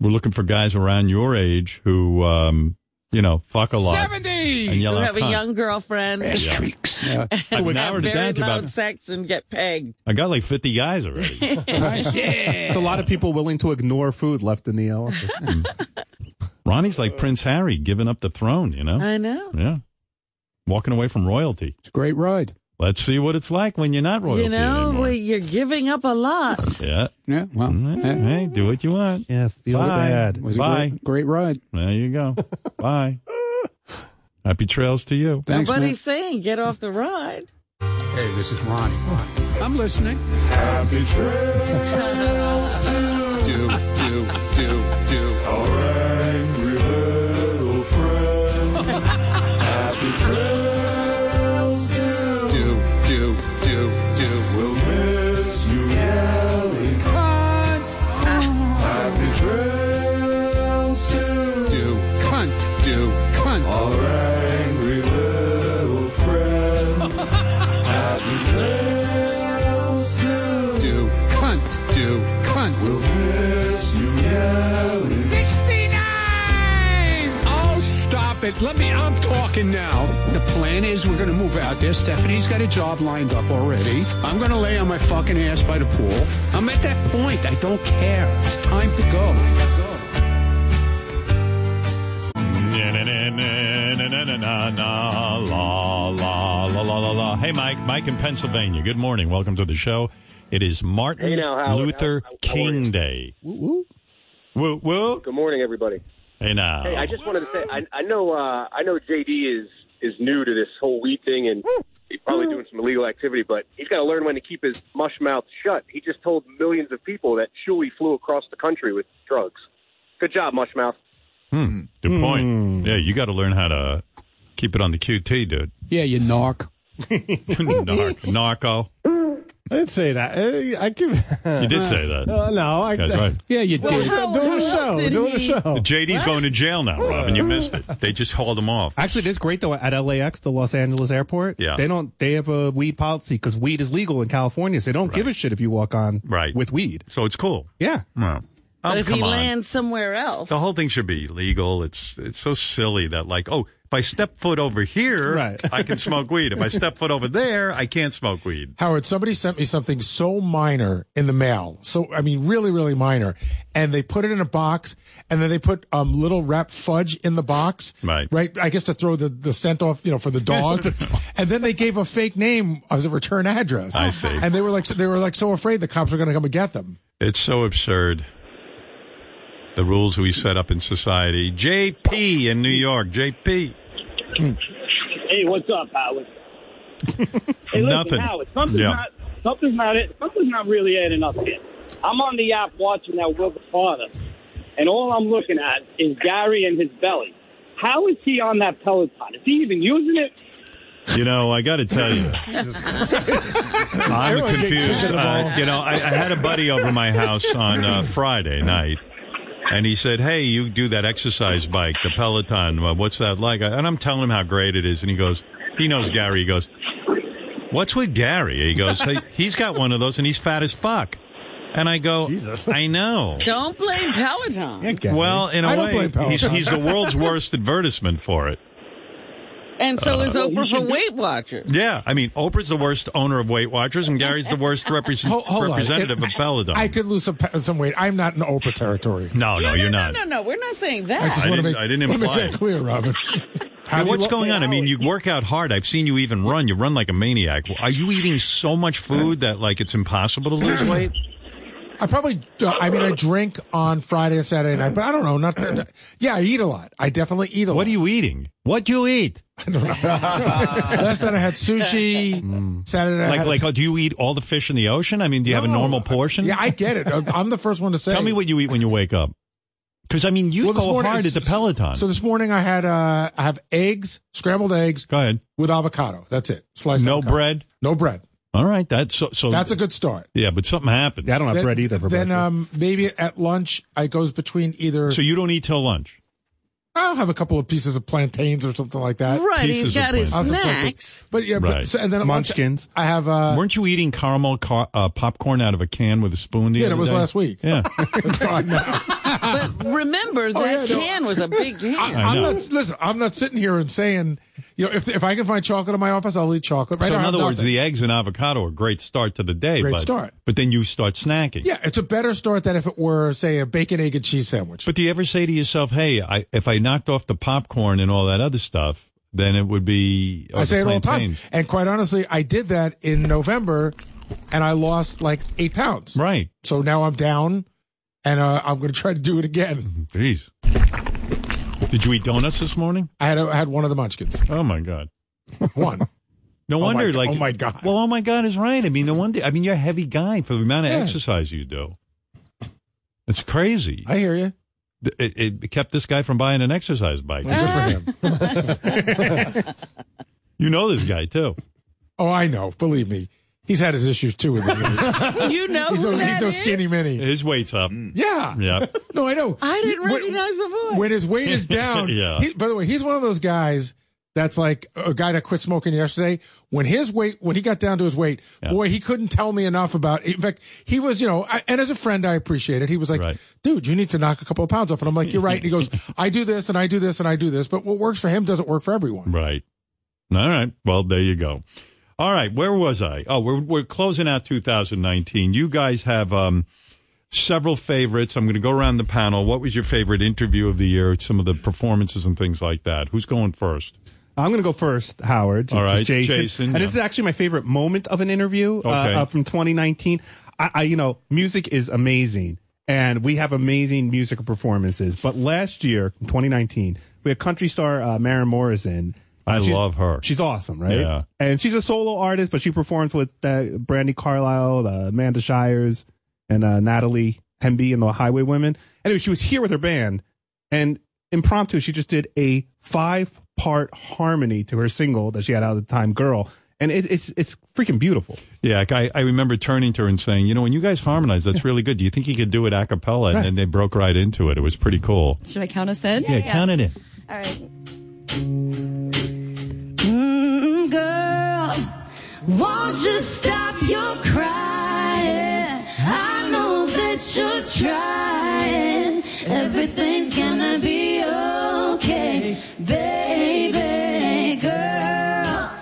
Speaker 2: We're looking for guys around your age who, um, you know, fuck a lot.
Speaker 5: 70!
Speaker 2: And
Speaker 5: You
Speaker 2: yell out
Speaker 5: have a
Speaker 2: cunt.
Speaker 5: young girlfriend.
Speaker 2: Yeah.
Speaker 5: And
Speaker 2: I've
Speaker 5: have
Speaker 2: narrowed it
Speaker 5: very
Speaker 2: down to
Speaker 5: loud
Speaker 2: about,
Speaker 5: sex and get pegged.
Speaker 2: I got like 50 guys already.
Speaker 1: It's a lot of people willing to ignore food left in the office.
Speaker 2: Ronnie's like Prince Harry giving up the throne, you know?
Speaker 5: Uh, I know.
Speaker 2: Yeah. Walking away from royalty. It's
Speaker 13: a great ride.
Speaker 2: Let's see what it's like when you're not royalty
Speaker 5: you know,
Speaker 2: anymore.
Speaker 5: well, you're giving up a lot.
Speaker 2: Yeah. Mm,
Speaker 13: Yeah. Well,
Speaker 2: hey, do what you want.
Speaker 1: Yeah, feel
Speaker 2: Bye.
Speaker 1: bad.
Speaker 13: was a
Speaker 2: Bye.
Speaker 13: great, great ride.
Speaker 2: There you go. Bye. Happy trails to you.
Speaker 5: Nobody's saying get off the ride.
Speaker 13: Hey, this is Ronnie. I'm listening.
Speaker 9: Happy
Speaker 2: Oh,
Speaker 9: trails
Speaker 13: Do, do, do, do.
Speaker 9: little friend. Happy trails
Speaker 13: Do, do, do, do.
Speaker 9: We'll miss you yelling. Happy trails to
Speaker 13: Do, cunt, do, cunt.
Speaker 9: our angry little friend. Happy trails to
Speaker 13: Do, cunt, do, cunt.
Speaker 9: We'll miss you yelling.
Speaker 13: 69! Oh, stop it. Let me, I'm talking now. The plan is we're going to move out there. Stephanie's got a job lined up already. I'm going to lay on my fucking ass by the pool. I'm at that point. I don't care. It's time to go.
Speaker 2: Na-na-na-na-na-na-na-na, la, la, la, la, la, la. Hey, Mike. Mike in Pennsylvania. Good morning. Welcome to the show. It is Martin
Speaker 15: Hey now, Howard.
Speaker 2: Luther
Speaker 15: How- how- how are
Speaker 2: King
Speaker 15: you?
Speaker 2: Day.
Speaker 15: Woo
Speaker 2: woo. Woo
Speaker 15: Good morning, everybody.
Speaker 2: Hey, now.
Speaker 15: Hey, I just wanted to say I, I know uh, I know JD is is new to this whole weed thing and he's probably doing some illegal activity, but he's got to learn when to keep his mush mouth shut. He just told millions of people that Chewy flew across the country with drugs. Good job, mush mouth.
Speaker 2: Hmm. Good point. Yeah, you got to learn how to keep it on the QT, dude.
Speaker 13: Yeah, you narc.
Speaker 2: Narc, narco.
Speaker 3: I didn't say that. Eh, I give.
Speaker 2: You did say that.
Speaker 3: Uh, no, I.
Speaker 2: That's right.
Speaker 13: Yeah, you
Speaker 3: Well,
Speaker 13: did.
Speaker 3: how- Doing a
Speaker 13: how
Speaker 3: show,
Speaker 13: did
Speaker 3: doing a
Speaker 13: he-
Speaker 3: show.
Speaker 2: JD's going to jail now, Robin. You missed it. They just hauled him off.
Speaker 1: Actually, it is great though at LAX, the Los Angeles airport.
Speaker 2: Yeah.
Speaker 1: They don't, they have a weed policy because weed is legal in California. So they don't give a shit if you walk on
Speaker 2: Right.
Speaker 1: with weed.
Speaker 2: So it's cool.
Speaker 1: Yeah.
Speaker 2: Well,
Speaker 5: But
Speaker 2: oh,
Speaker 5: if
Speaker 2: come
Speaker 5: he
Speaker 2: on.
Speaker 5: lands somewhere else,
Speaker 2: The whole thing should be legal. It's it's so silly that like, oh, if I step foot over here,
Speaker 6: Right.
Speaker 2: I can smoke weed. If I step foot over there, I can't smoke weed.
Speaker 6: Howard, somebody sent me something so minor in the mail. So, I mean, really, really minor. And they put it in a box and then they put, um, little wrapped fudge in the box.
Speaker 2: Right.
Speaker 6: Right. I guess to throw the, the scent off, you know, for the dogs. and then they gave a fake name as a return address.
Speaker 2: I see.
Speaker 6: And they were like, they were like so afraid the cops were going to come and get them.
Speaker 2: It's so absurd. The rules we set up in society. JP in New York. JP.
Speaker 16: Hey, what's up, Howard? hey, listen,
Speaker 2: Nothing.
Speaker 16: Howard, something's
Speaker 2: Yeah.
Speaker 16: not something's not it. Something's not really adding up here. I'm on the app watching that Wilbur Father, and all I'm looking at is Gary and his belly. How is he on that Peloton? Is he even using it?
Speaker 2: You know, I got to tell you, I'm
Speaker 16: Everyone get
Speaker 2: confused.
Speaker 16: kicked in the
Speaker 2: Uh,
Speaker 16: balls.
Speaker 2: you know, I, I had a buddy over my house on uh, Friday night, and he said, "Hey, you do that exercise bike, the Peloton. uh, What's that like?" And I'm telling him how great it is, and he goes, "He knows Gary." He goes, "What's with Gary?" He goes, hey, "He's got one of those, and he's fat as fuck." And I go, "I know."
Speaker 5: don't blame Peloton.
Speaker 2: Well, in a
Speaker 5: a
Speaker 2: way, he's, he's the world's worst advertisement for it.
Speaker 5: And so is
Speaker 2: Uh,
Speaker 5: Oprah for Weight Watchers.
Speaker 2: Yeah, I mean, Oprah's the worst owner of Weight Watchers, and Gary's the worst repre-
Speaker 6: Hold, hold on.
Speaker 2: representative of Peloton.
Speaker 6: I could lose some, pe- some weight. I'm not in Oprah territory.
Speaker 2: no, no, you're not.
Speaker 5: No, no, we're not saying that.
Speaker 6: I just
Speaker 2: I
Speaker 6: want to
Speaker 2: didn't-
Speaker 6: make,
Speaker 2: I didn't
Speaker 6: wanna make
Speaker 2: imply
Speaker 6: that
Speaker 2: it.
Speaker 6: clear, Robin.
Speaker 2: Hey, what's going on? I mean, you work out hard. I've seen you even run. You run like a maniac. Are you eating so much food that like it's impossible to lose weight?
Speaker 6: I probably, uh, I mean, I drink on Friday and Saturday night, but I don't know. Not, yeah, I eat a lot. I definitely eat a lot. What are
Speaker 2: you eating? What do you eat?
Speaker 6: I don't know. Last night I had sushi. Saturday I
Speaker 2: Like,
Speaker 6: had
Speaker 2: like, oh, do you eat all the fish in the ocean? I mean, do you have a normal portion?
Speaker 6: yeah, I get it. I'm the first one to say.
Speaker 2: Tell me what you eat when you wake up. Because I mean, you
Speaker 6: Well, this
Speaker 2: go
Speaker 6: morning-
Speaker 2: hard at the Peloton.
Speaker 6: So this morning I had uh I have eggs, scrambled eggs.
Speaker 2: Go ahead.
Speaker 6: With avocado. That's it. Sliced.
Speaker 2: no
Speaker 6: avocado.
Speaker 2: bread.
Speaker 6: No bread.
Speaker 2: All right, that's so. so
Speaker 6: That's a good start.
Speaker 2: Yeah, but something happened. I don't
Speaker 6: Then- Then um maybe at lunch I goes between either.
Speaker 2: so you don't eat till lunch.
Speaker 6: I'll have a couple of pieces of plantains or something like that.
Speaker 5: Right, he's Pieces of got his
Speaker 6: I'll have some plantains.
Speaker 5: snacks.
Speaker 6: But yeah,
Speaker 2: Right.
Speaker 6: but, so, and then at lunch, I have uh
Speaker 2: Weren't you eating caramel car- uh, popcorn out of a can with a spoon? The
Speaker 6: Yeah,
Speaker 2: other
Speaker 6: that was
Speaker 2: day?
Speaker 6: last week.
Speaker 2: Yeah,
Speaker 5: But remember, that
Speaker 6: Oh, yeah, no.
Speaker 5: can was a big can.
Speaker 6: I, am not listen. I'm not sitting here and saying, you know, if if I can find chocolate in my office, I'll eat chocolate. Right
Speaker 2: so
Speaker 6: now,
Speaker 2: in
Speaker 6: I have
Speaker 2: other words,
Speaker 6: nothing.
Speaker 2: the eggs and avocado are a great start to the day.
Speaker 6: Great
Speaker 2: but,
Speaker 6: start.
Speaker 2: But then you start snacking.
Speaker 6: yeah, it's a better start than if it were, say, a bacon, egg, and cheese sandwich.
Speaker 2: But do you ever say to yourself, "Hey, I, if I knocked off the popcorn and all that other stuff, then it would be." or
Speaker 6: I say it all the time.
Speaker 2: plantains."
Speaker 6: And quite honestly, I did that in November, and I lost like eight pounds.
Speaker 2: Right.
Speaker 6: So now I'm down, and uh, I'm going to try to do it
Speaker 2: Mm-hmm.
Speaker 6: again.
Speaker 2: Jeez. Did you eat donuts this morning?
Speaker 6: I had I had one of the munchkins.
Speaker 2: Oh my god.
Speaker 6: One.
Speaker 2: No
Speaker 6: Oh my-
Speaker 2: wonder, like,
Speaker 6: oh my God.
Speaker 2: Well, oh my god is right. I mean, no wonder. I mean, you're a heavy guy for the amount of
Speaker 6: Yeah.
Speaker 2: exercise you do. It's crazy.
Speaker 6: I hear you.
Speaker 2: It, it kept this guy from buying an exercise bike.
Speaker 6: Well, good for him.
Speaker 2: you know this guy too.
Speaker 6: oh, I know. Believe me, he's had his issues too with it.
Speaker 5: You know
Speaker 6: he's
Speaker 5: who
Speaker 6: no, he's
Speaker 5: that
Speaker 6: no
Speaker 5: is?
Speaker 6: skinny mini.
Speaker 2: His weight's up.
Speaker 6: Yeah.
Speaker 2: Yeah.
Speaker 6: No, I know.
Speaker 5: I didn't
Speaker 6: When-
Speaker 5: recognize the voice.
Speaker 6: when his weight is down.
Speaker 2: Yeah.
Speaker 6: he- by the way, he's one of those guys that's like a guy that quit smoking yesterday. When his weight, when he got down to his weight, boy, he couldn't tell me enough about. In fact, he was, you know, I, and as a friend, I appreciate it. He was like, "Dude, you need to knock a couple of pounds off," and I'm like, "You're right." And he goes, "I do this and I do this and I do this, but what works for him doesn't work for everyone."
Speaker 2: Right. All right. Well, there you go. All right. Where was I? Oh, we're we're closing out 2019. You guys have um several favorites. I'm going to go around the panel. What was your favorite interview of the year? Some of the performances and things like that. Who's going first?
Speaker 1: I'm going to go first, Howard.
Speaker 2: All
Speaker 1: This is
Speaker 2: right,
Speaker 1: Jason.
Speaker 2: Jason,
Speaker 1: and
Speaker 2: yeah.
Speaker 1: this is actually my favorite moment of an interview uh,
Speaker 2: Okay.
Speaker 1: uh, from 2019. I, I, you know, music is amazing, and we have amazing musical performances. But last year, 2019, we had country star uh, Maren Morrison. Uh,
Speaker 2: I
Speaker 1: she's-
Speaker 2: love her.
Speaker 1: She's awesome, right?
Speaker 2: Yeah.
Speaker 1: And she's a solo artist, but she performs with uh, Brandy Carlisle, uh, Amanda Shires, and uh, Natalie Hemby and the Highway Women. Anyway, she was here with her band, and impromptu, she just did a five part harmony to her single that she had out at the time, Girl. And it, it's it's freaking beautiful.
Speaker 2: Yeah, I, I remember turning to her and saying, you know, when you guys harmonize, that's really good. Do you think you could do it a cappella? And then they broke right into it. It was pretty cool.
Speaker 11: Should I count us in?
Speaker 2: Yeah, count it in.
Speaker 11: All right. Mm, girl, won't you stop your crying? I know that you're trying. Everything's gonna be okay, baby girl.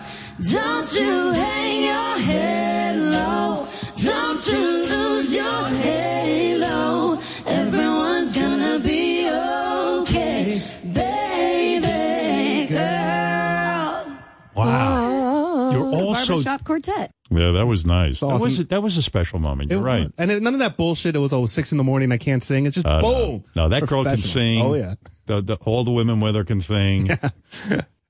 Speaker 11: Don't you hang your head low. Don't you lose your halo. Everyone's gonna be okay, baby girl.
Speaker 2: Wow. You're also.
Speaker 11: Barbershop Quartet.
Speaker 2: Yeah, that was nice. That,
Speaker 1: awesome.
Speaker 2: was a, that was a special moment. You're
Speaker 1: It-
Speaker 2: right.
Speaker 1: And it, none of that bullshit. It was oh six in the morning. I can't sing. It's just
Speaker 2: Uh,
Speaker 1: boom.
Speaker 2: No, No, that girl can
Speaker 1: Professional.
Speaker 2: sing.
Speaker 1: Oh yeah.
Speaker 2: The- the- all the women with her can sing.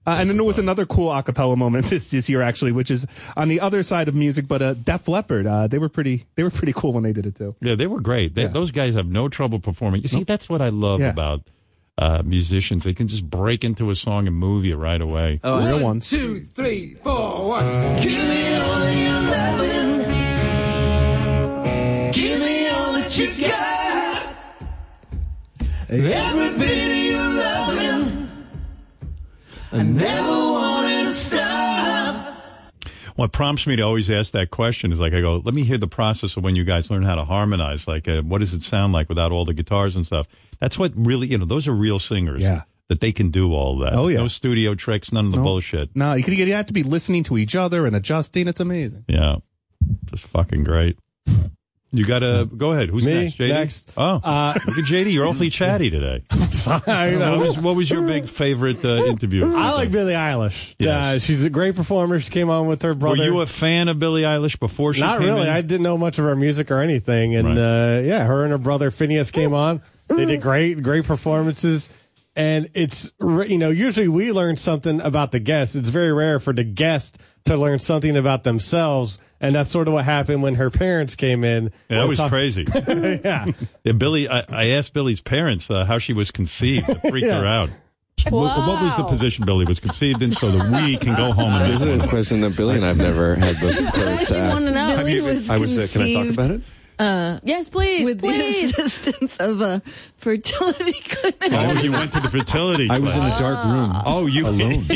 Speaker 1: Uh, and then there was another cool a cappella moment this, this year, actually, which is on the other side of music. But uh, Def Leppard, uh, they were pretty, they were pretty cool when they did it too.
Speaker 2: Yeah, they were great. They, Those guys have no trouble performing. You see, that's what I love
Speaker 1: Yeah.
Speaker 2: about uh, musicians. They can just break into a song and move you right away.
Speaker 1: Oh, Real ones.
Speaker 13: Two, three, four,
Speaker 6: one.
Speaker 13: Give me all of your loving. Give me all that you got. Every bit of your loving. I never wanted to stop.
Speaker 2: What prompts me to always ask that question is like, I go, let me hear the process of when you guys learn how to harmonize. Like, uh, what does it sound like without all the guitars and stuff? That's what really, you know, those are real singers. Yeah. That they can do all that.
Speaker 1: Oh, yeah.
Speaker 2: No studio tricks, none of the
Speaker 1: No.
Speaker 2: bullshit.
Speaker 1: No, you could, you have to be listening to each other and adjusting. It's amazing.
Speaker 2: Yeah. Just fucking great. You gotta go ahead. Who's
Speaker 1: Me?
Speaker 2: next? JD?
Speaker 1: Next.
Speaker 2: Oh, look at JD. You're awfully chatty today.
Speaker 3: Sorry,
Speaker 2: What
Speaker 3: no.
Speaker 2: was, what was your big favorite uh, interview?
Speaker 3: I like Billie Eilish. Uh, she's a great performer. She came on with her brother.
Speaker 2: Were you a fan of Billie Eilish before she
Speaker 3: Not
Speaker 2: came
Speaker 3: really.
Speaker 2: in?
Speaker 3: I didn't know much of her music or anything. And uh, yeah, her and her brother Phineas came on. They did great, great performances. And it's, re- you know, usually we learn something about the guest. It's very rare for the guest to learn something about themselves. And that's sort of what happened when her parents came in.
Speaker 2: Yeah, that was
Speaker 3: Talk-
Speaker 2: crazy.
Speaker 3: yeah.
Speaker 2: Yeah, Billy, I, I asked Billy's parents uh, how she was conceived. It freaked her out. What, what was the position Billy was conceived in so that we can go home and
Speaker 17: This is a question that Billy and I've never had the courage to ask.
Speaker 18: want to know.
Speaker 17: Have you-
Speaker 18: Billy was
Speaker 17: I was. uh, can I talk
Speaker 18: conceived-
Speaker 17: about it?
Speaker 18: Uh, yes, please. With please. the assistance of a fertility clinic.
Speaker 2: Oh, you went to the fertility.
Speaker 17: I was in a dark room.
Speaker 2: Oh, you alone?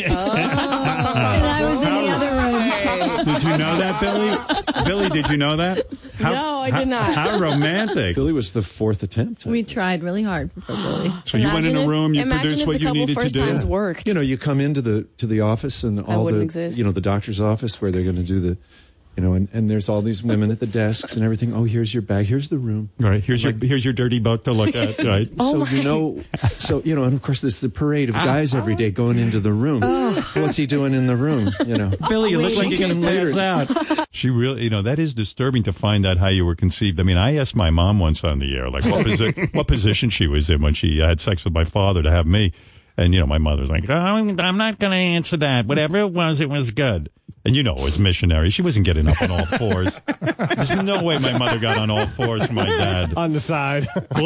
Speaker 18: and I was in the other room.
Speaker 2: Uh, Did you know that, Billy? Billy, did you know that?
Speaker 18: No, I did
Speaker 2: how-
Speaker 18: not.
Speaker 2: How romantic.
Speaker 17: Billy was the fourth attempt.
Speaker 18: We tried really hard for Billy.
Speaker 2: So you went in a room, you produced what you needed to do.
Speaker 18: worked.
Speaker 17: You know, you come into the to the office and all
Speaker 18: wouldn't
Speaker 17: the
Speaker 18: exist.
Speaker 17: you know the doctor's office where they're going to do the, you know, and, and there's all these women at the desks and everything. Oh, here's your bag. Here's the room.
Speaker 2: Right. Here's your here's your dirty boat to look at. Right.
Speaker 18: Oh
Speaker 17: so you know, so you know, and of course there's the parade of guys every day going into the room. What's he doing in the room? You know,
Speaker 2: Billy, you look like you're going to pass out. She really, you know, that is disturbing to find out how you were conceived. I mean, I asked my mom once on the air, like what, posi- what position she was in when she uh, had sex with my father to have me. And, you know, my mother's like, "Oh, "I'm- I'm not going to answer that. Whatever it was, it was good. And you know, it was missionary. She wasn't getting up on all fours. There's no way my mother got on all fours from my dad.
Speaker 3: On the side.
Speaker 2: I,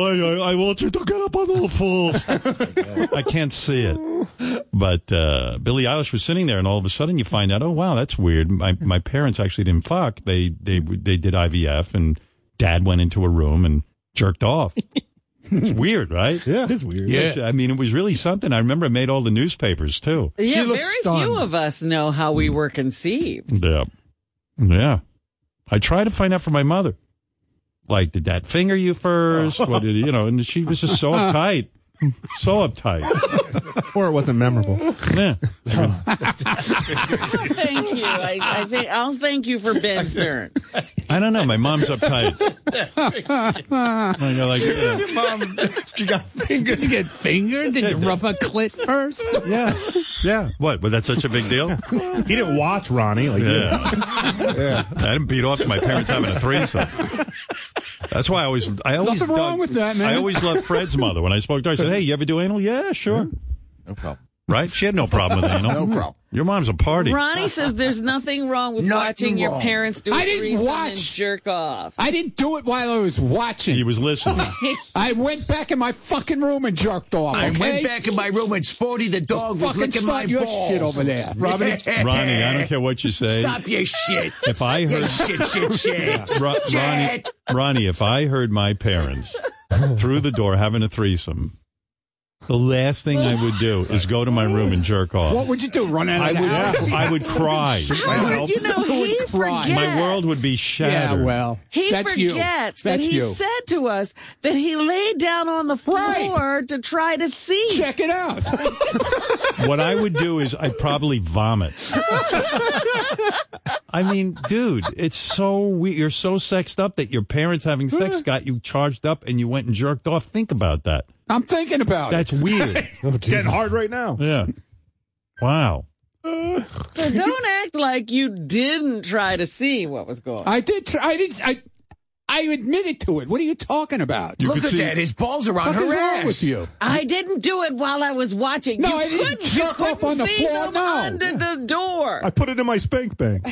Speaker 2: I want you to get up on all fours. I can't see it. But uh, Billie Eilish was sitting there, and all of a sudden you find out, oh wow, that's weird. My my parents actually didn't fuck. They they they did IVF, and Dad went into a room and jerked off. it's weird, right? Yeah, it is weird. I mean, it was really something. I remember it made all the newspapers too.
Speaker 5: Yeah, very few of us know how we were conceived.
Speaker 2: Yeah, yeah. I tried to find out from my mother. Like, did that finger you first? What did you know? And she was just so uptight, so uptight.
Speaker 1: or it wasn't memorable.
Speaker 2: Yeah.
Speaker 5: Oh, thank you. I, I think I'll thank you for Ben's parent.
Speaker 2: I don't know. My mom's uptight. And you're like, yeah.
Speaker 19: Mom, you got fingered. You get fingered? Did you rub a clit first?
Speaker 2: Yeah. Yeah. What? But that's such a big deal? he
Speaker 1: didn't watch Ronnie. Like,
Speaker 2: yeah. I didn't beat off to my parents having a threesome. That's why I always, I always,
Speaker 19: Nothing wrong with that, man.
Speaker 2: I always loved Fred's mother. When I spoke to her, I said, hey, you ever do anal? Yeah, sure. No problem. Right? She had no problem with anal.
Speaker 19: No problem.
Speaker 2: Your mom's a party.
Speaker 5: Ronnie says there's nothing wrong with watching your
Speaker 19: wrong.
Speaker 5: parents do a
Speaker 19: I didn't
Speaker 5: threesome and
Speaker 19: watch.
Speaker 5: jerk off.
Speaker 19: I didn't do it while I was watching. He
Speaker 2: was listening.
Speaker 19: I went back in my fucking room and jerked off.
Speaker 20: I
Speaker 19: okay?
Speaker 20: went back in my room and Sporty the dog was
Speaker 19: Fucking
Speaker 20: licking
Speaker 19: stop
Speaker 20: my
Speaker 19: your
Speaker 20: balls.
Speaker 19: shit over there, Robin.
Speaker 2: Ronnie, I don't care what you say.
Speaker 20: Stop your shit.
Speaker 2: If I
Speaker 20: Your
Speaker 2: heard
Speaker 20: shit, shit, shit.
Speaker 2: Ro- Ronnie,
Speaker 20: Shit.
Speaker 2: Ronnie, if I heard my parents through the door having a threesome, the last thing I would do is go to my room and jerk off.
Speaker 19: What would you do? Run out
Speaker 2: I
Speaker 19: of the
Speaker 2: would-
Speaker 19: house?
Speaker 2: I would cry.
Speaker 19: How would you know
Speaker 5: he
Speaker 2: My world would be shattered.
Speaker 19: Yeah, well,
Speaker 5: He
Speaker 19: that's you.
Speaker 5: forgets that
Speaker 19: That's
Speaker 5: he
Speaker 19: you.
Speaker 5: said to us that he laid down on the floor to try to see.
Speaker 19: Check it out.
Speaker 2: what I would do is I'd probably vomit. I mean, dude, it's so weird. You're so sexed up that your parents having sex got you charged up and you went and jerked off. Think about that.
Speaker 19: I'm thinking about
Speaker 2: That's
Speaker 19: it.
Speaker 2: weird.
Speaker 19: Oh,
Speaker 1: Getting hard right now.
Speaker 2: Oh, Yeah. Wow.
Speaker 5: So don't act like you didn't try to see what was going. on.
Speaker 19: I did. Try, I did. I. I admitted to it. What are you talking about?
Speaker 20: You Look could at see- that. His balls are on
Speaker 19: What
Speaker 20: her
Speaker 19: is wrong
Speaker 20: ass.
Speaker 19: with you?
Speaker 5: I didn't do it while I was watching.
Speaker 19: No,
Speaker 5: you
Speaker 19: I didn't
Speaker 5: couldn't-
Speaker 19: jerk
Speaker 5: you
Speaker 19: off on the
Speaker 5: couldn't see
Speaker 19: floor,
Speaker 5: them
Speaker 19: no.
Speaker 5: under the door.
Speaker 1: I put it in my spank bank.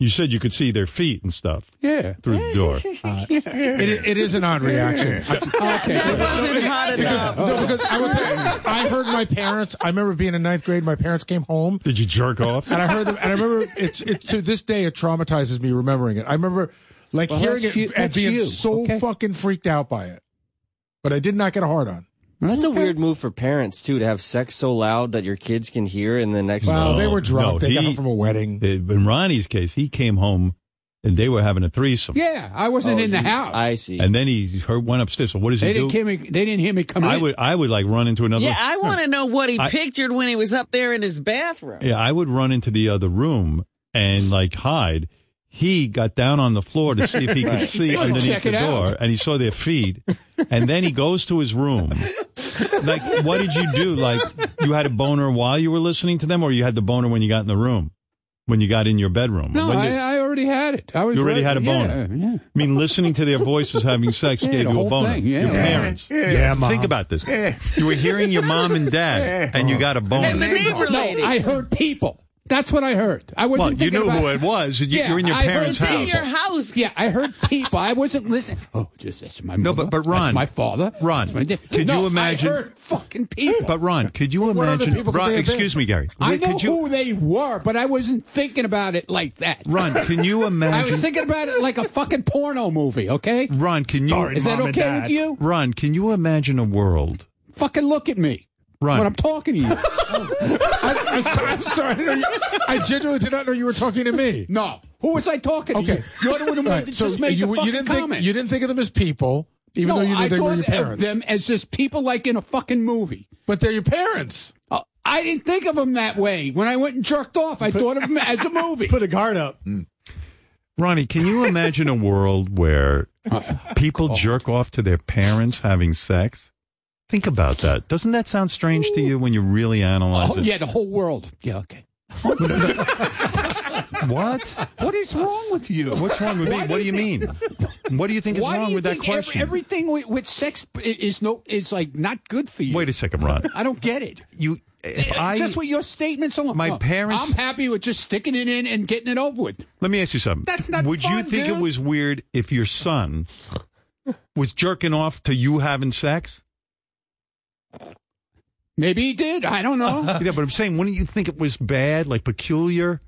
Speaker 2: You said you could see their feet and stuff.
Speaker 19: Yeah.
Speaker 2: Through the door.
Speaker 6: It, it is an odd reaction.
Speaker 5: enough.
Speaker 6: No, because I will tell you, I heard my parents. I remember being in ninth grade. My parents came home.
Speaker 2: Did you jerk off?
Speaker 6: And I heard them. And I remember it's it's to this day it traumatizes me remembering it. I remember like
Speaker 19: Well,
Speaker 6: hearing it
Speaker 19: that's you-
Speaker 6: and
Speaker 19: that's
Speaker 6: being
Speaker 19: you,
Speaker 6: so
Speaker 19: okay?
Speaker 6: fucking freaked out by it. But I did not get a hard on.
Speaker 8: That's a weird move for parents too to have sex so loud that your kids can hear, and the next.
Speaker 6: Well, they were drunk. They got home from a
Speaker 2: wedding. In Ronnie's case, he came home and they were having a threesome.
Speaker 19: Yeah, I wasn't
Speaker 2: Oh,
Speaker 19: in the house.
Speaker 2: I see. And then he heard one upstairs. So what does
Speaker 19: They
Speaker 2: he
Speaker 19: didn't
Speaker 2: do?
Speaker 19: hear me. They didn't hear me come
Speaker 2: I
Speaker 19: in.
Speaker 2: would, I would like run into another.
Speaker 5: yeah, I want to know what he
Speaker 2: I-
Speaker 5: pictured when he was up there in his bathroom.
Speaker 2: Yeah, I would run into the other room and like hide. He got down on the floor to see if he could
Speaker 5: Right.
Speaker 2: see
Speaker 5: Well,
Speaker 2: underneath
Speaker 5: check
Speaker 2: the
Speaker 5: it out.
Speaker 2: door, and he saw their feet. And then he goes to his room. Like, what did you do? Like, you had a boner while you were listening to them, or you had the boner when you got in the room, when you got in your bedroom.
Speaker 19: No,
Speaker 2: When
Speaker 19: I,
Speaker 2: did-
Speaker 19: I already had it. I was.
Speaker 2: Oh, you already had a
Speaker 19: yeah,
Speaker 2: boner.
Speaker 19: yeah.
Speaker 2: I mean, listening to their voices having sex
Speaker 19: Yeah,
Speaker 2: gave
Speaker 19: the
Speaker 2: you a
Speaker 19: whole
Speaker 2: boner.
Speaker 19: thing, yeah.
Speaker 2: Your
Speaker 19: Yeah.
Speaker 2: parents.
Speaker 19: Yeah. Yeah, Mom.
Speaker 2: Think about this. You were hearing your mom and dad, and you got a boner.
Speaker 19: No, I heard people. That's what I heard. I wasn't.
Speaker 2: Well, you
Speaker 19: thinking
Speaker 2: knew
Speaker 19: about-
Speaker 2: who it was. You- you're in your
Speaker 19: I heard-
Speaker 2: parents' It's in house. your
Speaker 19: house. Yeah, I heard people. I wasn't listening. Oh, just that's my
Speaker 2: No,
Speaker 19: mother.
Speaker 2: but but Ron,
Speaker 19: That's my father.
Speaker 2: Ron,
Speaker 19: That's my dad.
Speaker 2: could
Speaker 19: No,
Speaker 2: you
Speaker 19: I
Speaker 2: imagine?
Speaker 19: heard fucking people.
Speaker 2: But Ron, could you
Speaker 19: What other
Speaker 2: imagine?
Speaker 19: people could
Speaker 2: Ron,
Speaker 19: they have been?
Speaker 2: excuse me, Gary.
Speaker 19: I
Speaker 2: Rick,
Speaker 19: know
Speaker 2: could you,
Speaker 19: who they were, but I wasn't thinking about it like that.
Speaker 2: Ron, can you
Speaker 19: I
Speaker 2: imagine-
Speaker 19: was thinking about it like a fucking porno movie. Okay,
Speaker 2: Ron, can you?
Speaker 19: Is that okay with you?
Speaker 2: Ron, can you imagine a world?
Speaker 19: Fucking look at me.
Speaker 2: Ron,
Speaker 19: When I'm talking to you.
Speaker 6: I, I'm sorry. I'm sorry. I, didn't know you- I genuinely did not know you were talking to me.
Speaker 19: No. Who was I talking
Speaker 6: okay.
Speaker 19: to? You? You're the one who
Speaker 6: All right,
Speaker 19: made,
Speaker 6: so
Speaker 19: just made
Speaker 6: you,
Speaker 19: the
Speaker 6: you
Speaker 19: fucking
Speaker 6: didn't
Speaker 19: comment.
Speaker 6: Think, you didn't think of them as people, even
Speaker 19: no,
Speaker 6: though you knew
Speaker 19: I
Speaker 6: they
Speaker 19: thought
Speaker 6: were your
Speaker 19: of
Speaker 6: parents.
Speaker 19: them as just people like in a fucking movie. Uh,
Speaker 6: But they're your parents.
Speaker 19: I didn't think of them that way. When I went and jerked off, I thought of them as a movie. Put
Speaker 6: a guard up.
Speaker 2: Ronnie, can you imagine a world where
Speaker 19: Uh,
Speaker 2: people jerk off to their parents having sex? Think about that. Doesn't that sound strange to you when you really analyze
Speaker 19: Oh,
Speaker 2: it?
Speaker 19: yeah, the whole world. Yeah, okay.
Speaker 2: What?
Speaker 19: What is wrong with you?
Speaker 2: What's wrong with me?
Speaker 19: Why
Speaker 2: What do you mean? What do you think is
Speaker 19: why do
Speaker 2: wrong
Speaker 19: you
Speaker 2: with that
Speaker 19: think ev-
Speaker 2: question?
Speaker 19: everything with, with sex i- is no is like not good for you.
Speaker 2: Wait a second, Ron.
Speaker 19: I don't get it. Eh,
Speaker 2: You, if I-
Speaker 19: just with your statements alone.
Speaker 2: My
Speaker 19: Oh,
Speaker 2: parents-
Speaker 19: I'm happy with just sticking it in and getting it over with.
Speaker 2: Let me ask you something.
Speaker 19: That's not
Speaker 2: Would you
Speaker 19: fun,
Speaker 2: think
Speaker 19: dude.
Speaker 2: it was weird if your son was jerking off to you having sex?
Speaker 19: Maybe he did. I don't know.
Speaker 2: yeah, but I'm saying, wouldn't you think it was bad, like peculiar?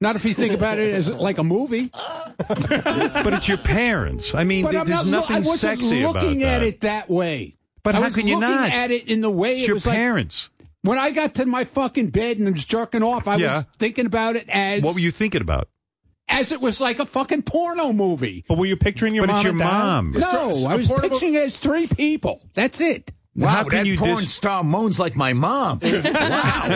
Speaker 19: Not if you think about it as like a movie.
Speaker 2: But it's your parents. I mean,
Speaker 19: but
Speaker 2: there-
Speaker 19: I'm
Speaker 2: there's
Speaker 19: not. loo-
Speaker 2: nothing
Speaker 19: I wasn't
Speaker 2: sexy about
Speaker 19: looking
Speaker 2: that.
Speaker 19: at it that way.
Speaker 2: But
Speaker 19: I
Speaker 2: how
Speaker 19: was
Speaker 2: can you
Speaker 19: looking
Speaker 2: not?
Speaker 19: at it in the way
Speaker 2: It's
Speaker 19: it
Speaker 2: your
Speaker 19: was
Speaker 2: parents.
Speaker 19: like when I got to my fucking bed and was jerking off. I
Speaker 2: Yeah.
Speaker 19: was thinking about it as
Speaker 2: What were you thinking about?
Speaker 19: as it was like a fucking porno movie.
Speaker 1: But were you picturing your
Speaker 2: But
Speaker 1: mom?
Speaker 2: it's your
Speaker 1: and dad?
Speaker 2: mom.
Speaker 19: No, I was picturing it as three people. That's it.
Speaker 20: Wow,
Speaker 2: How can
Speaker 20: that
Speaker 2: you
Speaker 20: porn
Speaker 2: dis-
Speaker 20: star moans like my mom. wow.
Speaker 2: How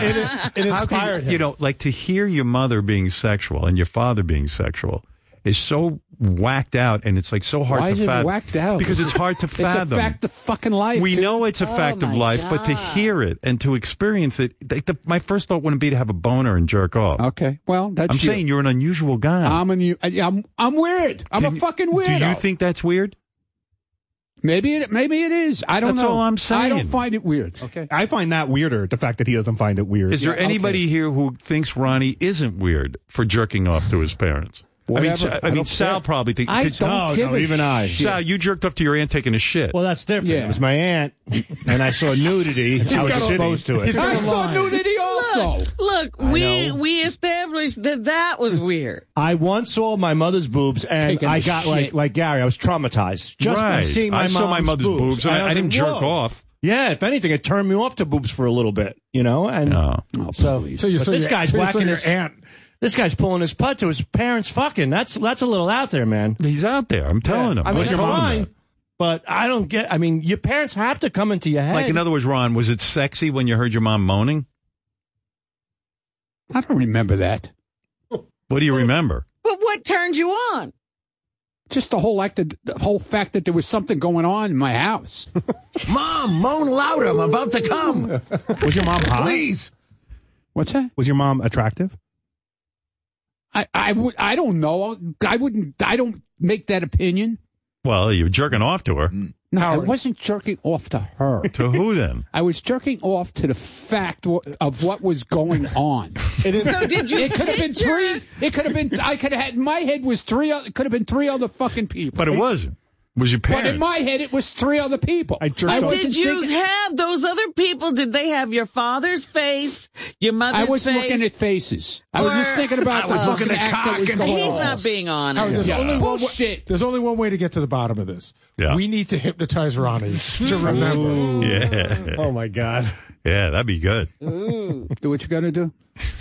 Speaker 2: can- You know, like to hear your mother being sexual and your father being sexual is so whacked out, and it's like so hard
Speaker 19: Why
Speaker 2: to
Speaker 19: is it
Speaker 2: fathom.
Speaker 19: whacked out?
Speaker 2: Because it's hard to fathom.
Speaker 19: It's a fact of fucking life.
Speaker 2: we
Speaker 19: dude.
Speaker 2: know it's a fact of life, but to hear it and to experience it, th the, my first thought wouldn't be to have a boner and jerk off.
Speaker 19: Okay, well, that's
Speaker 2: I'm
Speaker 19: you.
Speaker 2: saying you're an unusual guy.
Speaker 19: I'm a new, I- I'm I'm weird. I'm a
Speaker 2: Can you-
Speaker 19: fucking
Speaker 2: Do
Speaker 19: weirdo.
Speaker 2: you think that's weird?
Speaker 19: maybe it maybe it is. I don't
Speaker 2: That's
Speaker 19: know.
Speaker 2: all I'm
Speaker 19: I
Speaker 2: saying.
Speaker 19: don't find it weird. Okay.
Speaker 1: I find that weirder. The fact that he doesn't find it weird.
Speaker 2: Is there anybody here who thinks Ronnie isn't weird for jerking off to his parents? I mean,
Speaker 1: Whatever.
Speaker 2: Sa-
Speaker 1: I
Speaker 2: I mean,
Speaker 1: don't
Speaker 2: Sal
Speaker 1: care.
Speaker 2: probably thinks.
Speaker 1: I don't No, give no, a even I. shit.
Speaker 2: Sal, you jerked off to your aunt taking a shit.
Speaker 21: Well, that's different.
Speaker 19: Yeah.
Speaker 21: It was my aunt, and I saw nudity. I was
Speaker 1: got a-
Speaker 21: exposed to it.
Speaker 1: he's got
Speaker 19: I saw nudity also.
Speaker 5: Look, look
Speaker 21: I
Speaker 5: we
Speaker 21: know.
Speaker 5: we established that that was weird.
Speaker 21: I once saw my mother's boobs, and
Speaker 5: Taking
Speaker 21: I
Speaker 5: a
Speaker 21: got
Speaker 5: shit.
Speaker 21: like like Gary. I was traumatized just by
Speaker 2: Right.
Speaker 21: seeing my
Speaker 2: I saw my mother's boobs, and I-
Speaker 21: was
Speaker 2: I didn't jerk
Speaker 21: "Whoa."
Speaker 2: off.
Speaker 21: Yeah, if anything, it turned me off to boobs for a little bit, you know. And so,
Speaker 6: So you
Speaker 21: but
Speaker 6: saw
Speaker 21: this
Speaker 6: your-
Speaker 21: guy's
Speaker 6: so you saw
Speaker 21: whacking
Speaker 6: your
Speaker 21: his
Speaker 6: aunt.
Speaker 21: This guy's pulling his putt to his parents. Fucking that's that's a little out there, man.
Speaker 2: He's out there. I'm telling him.
Speaker 21: I mean,
Speaker 2: What's
Speaker 21: it's
Speaker 2: your mom
Speaker 21: fine,
Speaker 2: at?
Speaker 21: but I don't get. I mean, your parents have to come into your head.
Speaker 2: Like, in other words, Ron, was it sexy when you heard your mom moaning?
Speaker 19: I don't remember that.
Speaker 2: What do you remember?
Speaker 5: But what turned you on?
Speaker 19: Just the whole act, that, the whole fact that there was something going on in my house.
Speaker 20: Mom, moan louder. I'm about to come.
Speaker 1: Was your mom hot?
Speaker 20: Please.
Speaker 19: What's that?
Speaker 1: Was your mom attractive?
Speaker 19: I I would I don't know. I wouldn't. I don't make that opinion.
Speaker 2: Well, you were jerking off to her.
Speaker 19: No, I wasn't jerking off to her.
Speaker 2: To who then?
Speaker 19: I was jerking off to the fact w- of what was going on. It
Speaker 5: is- So did you
Speaker 19: It could have been three. It could have been. I could have had. My head was three. oth- It could have been three other fucking people.
Speaker 2: But it wasn't. It was your
Speaker 19: But
Speaker 2: parents.
Speaker 19: in my head, it was three other people. I jerked
Speaker 5: But did you have those other people? Did they have your father's face, your mother's
Speaker 19: I wasn't
Speaker 5: face?
Speaker 19: looking at faces. I was just
Speaker 5: Or-
Speaker 19: thinking about the fucking act that was
Speaker 5: He's
Speaker 19: going on.
Speaker 5: not being
Speaker 6: Howard,
Speaker 5: honest.
Speaker 6: there's, only one
Speaker 19: Bullshit.
Speaker 6: way, there's only one way to get to the bottom of this.
Speaker 2: Yeah.
Speaker 6: We need to hypnotize Ronnie to remember.
Speaker 2: yeah.
Speaker 3: Oh my god.
Speaker 2: Yeah, that'd be good.
Speaker 19: Do what you gotta do.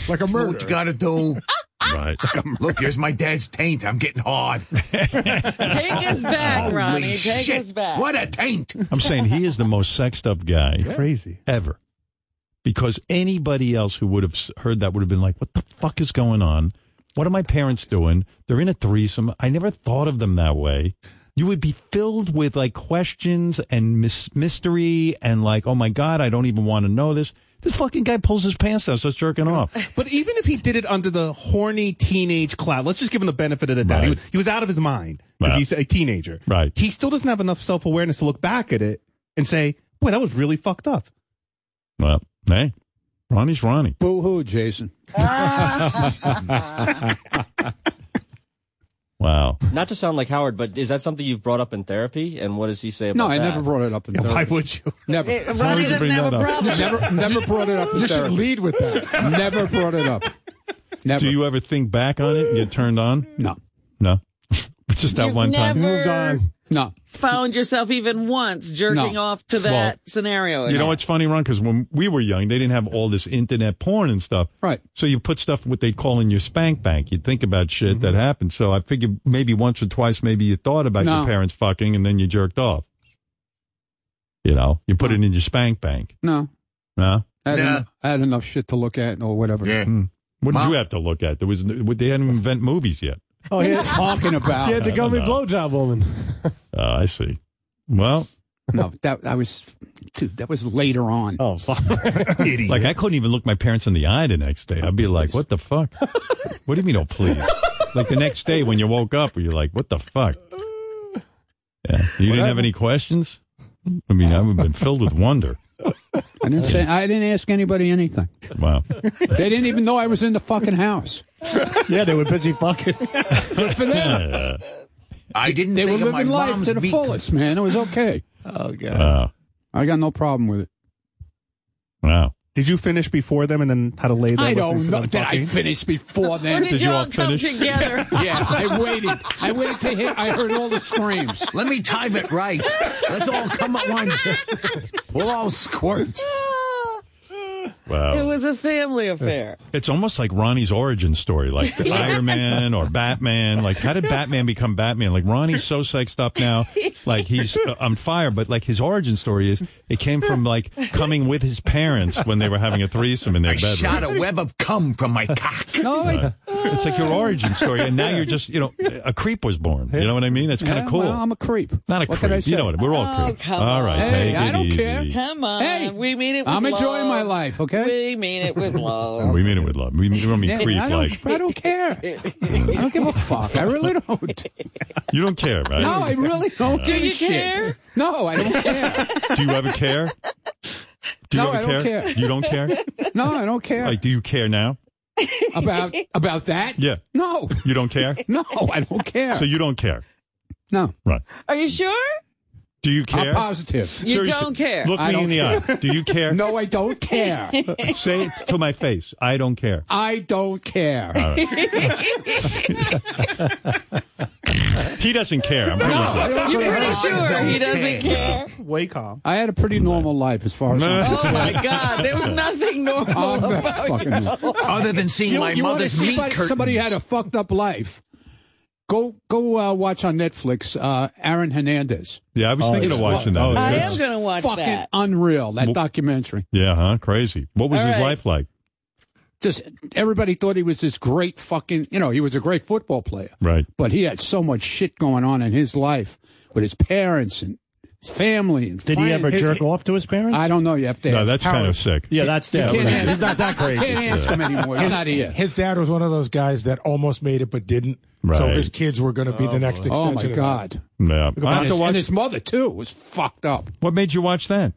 Speaker 6: Like a murder.
Speaker 20: What you gotta do?
Speaker 2: Right.
Speaker 20: Look, here's my dad's taint. I'm getting hard.
Speaker 5: Take us back,
Speaker 20: Holy
Speaker 5: Ronnie. Take
Speaker 20: shit.
Speaker 5: us back.
Speaker 20: What a taint.
Speaker 2: I'm saying he is the most sexed up guy.
Speaker 1: Crazy.
Speaker 2: Ever. Because anybody else who would have s- heard that would have been like, what the fuck is going on? What are my parents doing? They're in a threesome. I never thought of them that way. You would be filled with like questions and mis- mystery and like, oh my God, I don't even want to know this. This fucking guy pulls his pants down, starts jerking off.
Speaker 1: But even if he did it under the horny teenage cloud, let's just give him the benefit of the doubt. He,
Speaker 2: Right.
Speaker 1: was, he was out of his mind because
Speaker 2: Right.
Speaker 1: he's a teenager.
Speaker 2: Right.
Speaker 1: He still doesn't have enough self awareness to look back at it and say, "Boy, that was really fucked up."
Speaker 2: Well, hey, Ronnie's Ronnie.
Speaker 19: Boo hoo, Jason.
Speaker 2: wow.
Speaker 8: Not to sound like Howard, but is that something you've brought up in therapy? And what does he say about
Speaker 19: No, I
Speaker 8: that?
Speaker 19: never brought it up in therapy. Why
Speaker 2: would you?
Speaker 19: Never.
Speaker 8: It- Ronnie Why would you doesn't bring have that a up? problem.
Speaker 19: Never, never brought it up in
Speaker 6: You should
Speaker 19: therapy.
Speaker 6: lead with that.
Speaker 19: Never brought it up. Never.
Speaker 2: Do you ever think back on it and get turned on?
Speaker 19: No.
Speaker 2: No. It's just that
Speaker 5: You've
Speaker 2: one time.
Speaker 5: never- Moved on.
Speaker 19: No.
Speaker 5: Found yourself even once jerking
Speaker 2: No.
Speaker 5: off to that
Speaker 2: Well,
Speaker 5: scenario.
Speaker 2: You know what's funny, Ron? Because when we were young, they didn't have all this internet porn and stuff.
Speaker 19: Right.
Speaker 2: So you put stuff what they call in your spank bank. You'd think about shit
Speaker 19: Mm-hmm.
Speaker 2: that happened. So I figured maybe once or twice, maybe you thought about
Speaker 19: No.
Speaker 2: your parents fucking and then you jerked off. You know, you put it in your spank bank.
Speaker 19: No.
Speaker 2: No.
Speaker 19: I had, en- I had enough shit to look at or whatever. Yeah.
Speaker 2: Hmm. What did you have to look at? There was no- they hadn't even invent movies yet.
Speaker 19: Oh, yeah. Talking about.
Speaker 3: He had the
Speaker 2: I don't
Speaker 3: gummy
Speaker 2: know.
Speaker 3: blowjob woman.
Speaker 2: Oh, I see. Well,
Speaker 19: No, that I was, dude, that was later on.
Speaker 3: Oh, sorry.
Speaker 2: like I couldn't even look my parents in the eye the next day. I'd be like, "What the fuck? what do you mean, oh please?" like the next day when you woke up, you're like, "What the fuck?" Yeah, you didn't have any questions. I mean, I've been filled with wonder.
Speaker 19: I didn't say, I didn't ask anybody anything.
Speaker 2: Wow.
Speaker 19: They didn't even know I was in the fucking house.
Speaker 21: yeah, they were busy fucking.
Speaker 19: Good for them.
Speaker 21: I didn't
Speaker 19: They were
Speaker 21: think of my
Speaker 19: living life
Speaker 21: mom's
Speaker 19: to the
Speaker 21: beak.
Speaker 19: fullest, man. It was okay.
Speaker 21: Oh, God.
Speaker 2: Wow.
Speaker 19: I got no problem with it.
Speaker 2: Wow.
Speaker 1: Did you finish before them and then had to lay there?
Speaker 19: I don't
Speaker 1: listening
Speaker 19: know.
Speaker 1: to them
Speaker 19: Did I
Speaker 1: fucking?
Speaker 19: finish before then?
Speaker 1: Did Did you you all all come finish?
Speaker 5: together?
Speaker 19: yeah, I waited. I waited to hear. I heard all the screams.
Speaker 21: Let me time it right. Let's all come at once. We'll all squirt.
Speaker 5: It
Speaker 2: Wow.
Speaker 5: was a family affair.
Speaker 2: It's almost like Ronnie's origin story, like the Iron Man or Batman. Like, how did Batman become Batman? Like, Ronnie's so sexed up now, like he's uh, on fire. But like his origin story is, it came from like coming with his parents when they were having a threesome in their
Speaker 21: I
Speaker 2: bedroom.
Speaker 21: shot a web of cum from my cock.
Speaker 19: No, Oh, I,
Speaker 2: Right. it's like your origin story, and now you're just, you know, a creep was born. You know what I mean? That's kind
Speaker 19: Yeah,
Speaker 2: of cool.
Speaker 19: well, I'm a creep.
Speaker 2: Not a
Speaker 19: What
Speaker 2: creep.
Speaker 19: can I
Speaker 2: You
Speaker 19: say?
Speaker 2: know what? We're all
Speaker 5: Oh,
Speaker 2: creeps.
Speaker 5: come
Speaker 2: all right.
Speaker 5: on.
Speaker 2: take
Speaker 19: Hey, I
Speaker 2: it
Speaker 19: don't
Speaker 2: easy.
Speaker 19: care.
Speaker 5: Come on.
Speaker 19: Hey,
Speaker 5: we mean it with
Speaker 19: I'm enjoying my
Speaker 5: love.
Speaker 19: life, okay?
Speaker 5: We mean it with love.
Speaker 2: We mean it with love. We we don't mean
Speaker 19: Yeah,
Speaker 2: creep
Speaker 19: I, don't,
Speaker 2: like
Speaker 19: I don't care. I don't give a fuck. I really don't.
Speaker 2: you don't care, right?
Speaker 19: No, I really don't give
Speaker 5: you
Speaker 19: a shit.
Speaker 5: care?
Speaker 19: No, I don't care.
Speaker 2: Do you ever care? Do you
Speaker 19: No,
Speaker 2: ever
Speaker 19: I don't care.
Speaker 2: You don't care?
Speaker 19: No, I don't care
Speaker 2: Like, do you care now?
Speaker 19: about about that.
Speaker 2: Yeah.
Speaker 19: No,
Speaker 2: You don't care?
Speaker 19: no, I don't care.
Speaker 2: So you don't care.
Speaker 19: no,
Speaker 2: Right.
Speaker 5: Are you sure?
Speaker 2: Do you
Speaker 19: I'm
Speaker 2: care?
Speaker 19: positive.
Speaker 5: You
Speaker 2: Seriously,
Speaker 5: don't care.
Speaker 2: Look
Speaker 19: I
Speaker 2: me
Speaker 19: don't
Speaker 2: in the eye. Do you care?
Speaker 19: No, I don't care.
Speaker 2: Say it to my face. I don't care.
Speaker 19: I don't care.
Speaker 2: He doesn't care. I'm pretty sure.
Speaker 5: You're pretty sure he doesn't care.
Speaker 1: Way calm.
Speaker 19: I had a pretty normal life as far as I'm concerned.
Speaker 5: Oh my God, there was nothing normal
Speaker 19: I'm not
Speaker 5: about
Speaker 19: fucking-
Speaker 5: you.
Speaker 21: Other than seeing my
Speaker 19: wanna
Speaker 21: mother's
Speaker 19: see
Speaker 21: meat
Speaker 19: somebody,
Speaker 21: curtains.
Speaker 19: somebody had a fucked up life. Go go uh, watch on Netflix uh, Aaron Hernandez. Oh,
Speaker 2: Yeah, I was thinking of
Speaker 19: it's
Speaker 2: watching
Speaker 19: fun.
Speaker 2: that.
Speaker 5: I am gonna watch
Speaker 19: Fucking
Speaker 5: that.
Speaker 19: unreal that
Speaker 2: Well-
Speaker 19: documentary.
Speaker 2: yeah, huh? Crazy. What was
Speaker 5: All
Speaker 2: his
Speaker 5: right.
Speaker 2: life like?
Speaker 19: Just everybody thought he was this great fucking you know he was a great football player,
Speaker 2: Right.
Speaker 19: but he had so much shit going on in his life with his parents and his family and
Speaker 21: Did he
Speaker 19: friends.
Speaker 21: ever
Speaker 19: His-
Speaker 21: jerk off to his parents?
Speaker 19: I don't know. You have to.
Speaker 2: No,
Speaker 19: ask
Speaker 2: that's kind
Speaker 19: Howard.
Speaker 2: of sick.
Speaker 21: yeah, that's
Speaker 19: You
Speaker 21: that.
Speaker 19: can't
Speaker 21: Right.
Speaker 19: ask-
Speaker 21: He's not that crazy.
Speaker 19: Can't ask him anymore. He's not here.
Speaker 6: His dad was one of those guys that almost made it but didn't. So
Speaker 2: Right.
Speaker 6: his kids were going to be the next extension.
Speaker 19: Oh my
Speaker 6: of that.
Speaker 19: god!
Speaker 2: Yeah. I have
Speaker 19: And
Speaker 2: to
Speaker 19: his,
Speaker 2: watch-
Speaker 19: and his mother too was fucked up.
Speaker 2: what made you watch that?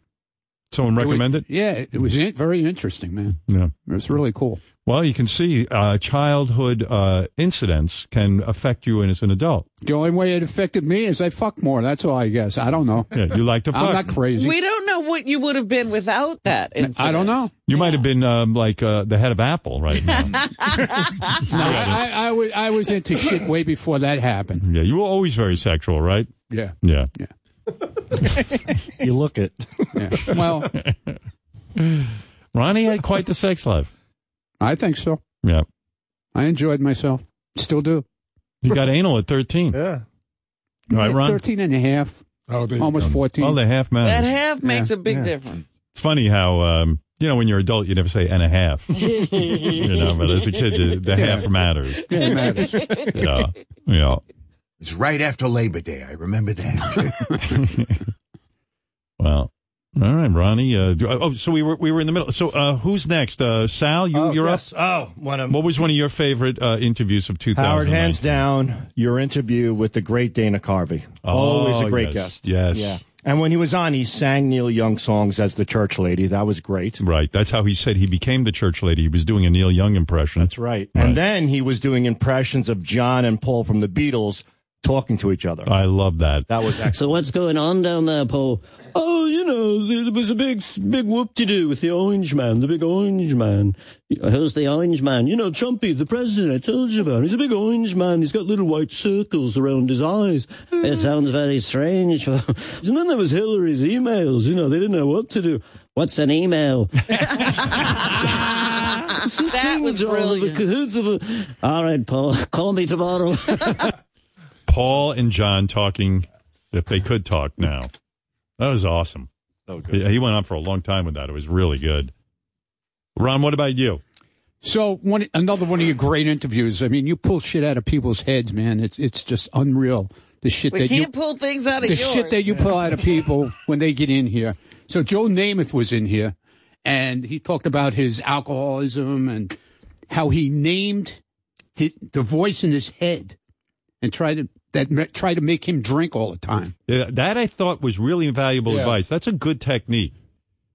Speaker 2: Someone
Speaker 19: was-
Speaker 2: recommended it?
Speaker 19: Yeah, it was in- very interesting, man.
Speaker 2: Yeah.
Speaker 19: It was really cool.
Speaker 2: Well, you can see uh, childhood uh, incidents can affect you as an adult.
Speaker 19: The only way it affected me is I fuck more. That's all I guess. I don't know.
Speaker 2: Yeah, you like to fuck.
Speaker 19: I'm not crazy.
Speaker 5: We don't know what you would have been without that. Incident.
Speaker 19: I don't know.
Speaker 2: You might have been um, like uh, the head of Apple right now.
Speaker 19: No, I, I, I was I was into shit way before that happened.
Speaker 2: yeah, you were always very sexual, right?
Speaker 19: Yeah.
Speaker 2: Yeah.
Speaker 21: You look it.
Speaker 19: yeah. Well,
Speaker 2: Ronnie had quite the sex life.
Speaker 19: I think so.
Speaker 2: Yeah.
Speaker 19: I enjoyed myself. Still do.
Speaker 2: You got anal at 13.
Speaker 21: Yeah.
Speaker 2: All right, Ron?
Speaker 19: 13 and a half,
Speaker 6: Oh, they,
Speaker 19: almost 14.
Speaker 2: Well, the half
Speaker 5: That
Speaker 2: man.
Speaker 5: half makes
Speaker 19: Yeah.
Speaker 5: a big difference.
Speaker 2: It's funny how, um, you know, when you're adult, you never say and a half. you know, but as a kid, the, the half matters.
Speaker 19: yeah, it matters.
Speaker 2: Yeah. Yeah.
Speaker 21: It's right after Labor Day. I remember that.
Speaker 2: Well, all right, Ronnie. Uh, do- oh, so we were we were in the middle. So uh, who's next? Uh, Sal, you, you're
Speaker 21: yes.
Speaker 2: up.
Speaker 21: Oh, one of
Speaker 2: What was one of your favorite uh, interviews of 2000?
Speaker 21: Howard, hands down, your interview with the great Dana Carvey. Always a
Speaker 2: Oh,
Speaker 21: great
Speaker 2: yes,
Speaker 21: guest.
Speaker 2: Yes.
Speaker 21: Yeah. And when he was on, he sang Neil Young songs as the church lady. That was great.
Speaker 2: Right. That's how he said he became the church lady. He was doing a Neil Young impression. That's
Speaker 21: right. And then he was doing impressions of John and Paul from the Beatles talking to each other.
Speaker 2: I love that.
Speaker 21: That was excellent.
Speaker 4: So what's going on down there, Paul? Oh, you know, there was a big, big whoop to do with the orange man, the big orange man. Who's the orange man? You know, Trumpy, the president, I told you about. He's a big orange man. He's got little white circles around his eyes. It sounds very strange. and then there was Hillary's emails. You know, they didn't know what to do. What's an email?
Speaker 5: that was brilliant.
Speaker 4: All right, Paul, call me tomorrow.
Speaker 2: Paul and John talking if they could talk now. That was awesome.
Speaker 21: So
Speaker 2: good. He, he went on for a long time with that. It was really good. Ron, what about you?
Speaker 19: So one another one of your great interviews. I mean, you pull shit out of people's heads, man. It's it's just unreal. The shit
Speaker 5: We
Speaker 19: that you
Speaker 5: can't pull things out of
Speaker 19: the
Speaker 5: yours.
Speaker 19: shit that you pull out of people when they get in here. So Joe Namath was in here, and he talked about his alcoholism and how he named his, the voice in his head and tried to that ma- tried to make him drink all the time.
Speaker 2: Yeah, Uh, that I thought was really valuable
Speaker 19: Yeah.
Speaker 2: advice. That's a good technique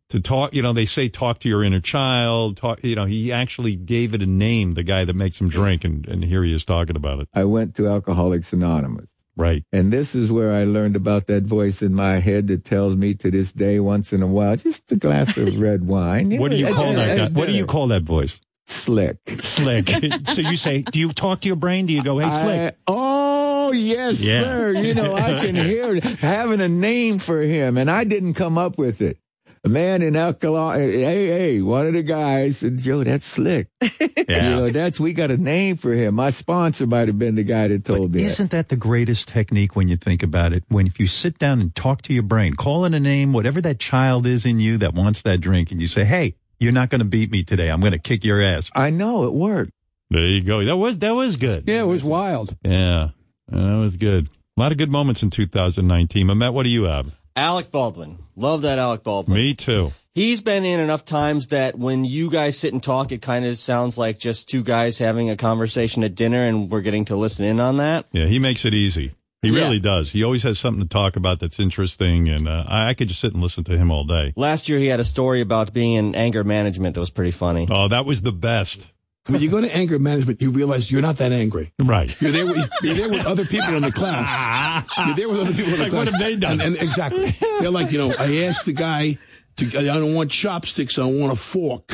Speaker 2: to talk. You know, they say talk to your inner child. Talk. You know, he actually gave it a name. The guy that makes him drink, and and here he is talking about it.
Speaker 22: I went to Alcoholics Anonymous.
Speaker 2: Right.
Speaker 22: And this is where I learned about that voice in my head that tells me to this day, once in a while, just a glass of red wine.
Speaker 2: What do you
Speaker 22: know,
Speaker 2: call
Speaker 22: at-
Speaker 2: that?
Speaker 22: at
Speaker 2: Guy? What do you
Speaker 22: dinner.
Speaker 2: call that voice?
Speaker 22: Slick.
Speaker 2: Slick. so you say, do you talk to your brain? Do you go, hey, slick?
Speaker 22: I- oh yes,
Speaker 2: Yeah.
Speaker 22: sir. You know, I can hear it. having a name for him, and I didn't come up with it. A man in alcohol, eh, hey, hey, one of the guys said, "Joe, that's slick." You know, that's we got a name for him. My sponsor might have been the guy that told me. that.
Speaker 2: Isn't that the greatest technique when you think about it? When if you sit down and talk to your brain, call it a name, whatever that child is in you that wants that drink, and you say, "Hey, you're not going to beat me today. I'm going to kick your ass."
Speaker 22: I know it worked.
Speaker 2: There you go. That was that was good.
Speaker 19: Yeah, it was wild.
Speaker 2: Yeah, that was good. A lot of good moments in 2019. Mamet, what do you have?
Speaker 8: Alec Baldwin. Love that Alec Baldwin.
Speaker 2: Me too.
Speaker 8: He's been in enough times that when you guys sit and talk, it kind of sounds like just two guys having a conversation at dinner and we're getting to listen in on that.
Speaker 2: Yeah, he makes it easy. He
Speaker 8: Yeah.
Speaker 2: really does. He always has something to talk about that's interesting, and uh, I, I could just sit and listen to him all day.
Speaker 8: Last year, he had a story about being in anger management that was pretty funny.
Speaker 2: Oh, that was the best.
Speaker 23: When you go to anger management, you realize you're not that angry.
Speaker 2: Right.
Speaker 23: You're there with, you're there with other people in the class. You're there with other people in the
Speaker 2: Ah. Like,
Speaker 23: class.
Speaker 2: what have they done?
Speaker 23: And, and exactly. They're like, you know, I asked the guy to, I don't want chopsticks, I want a fork.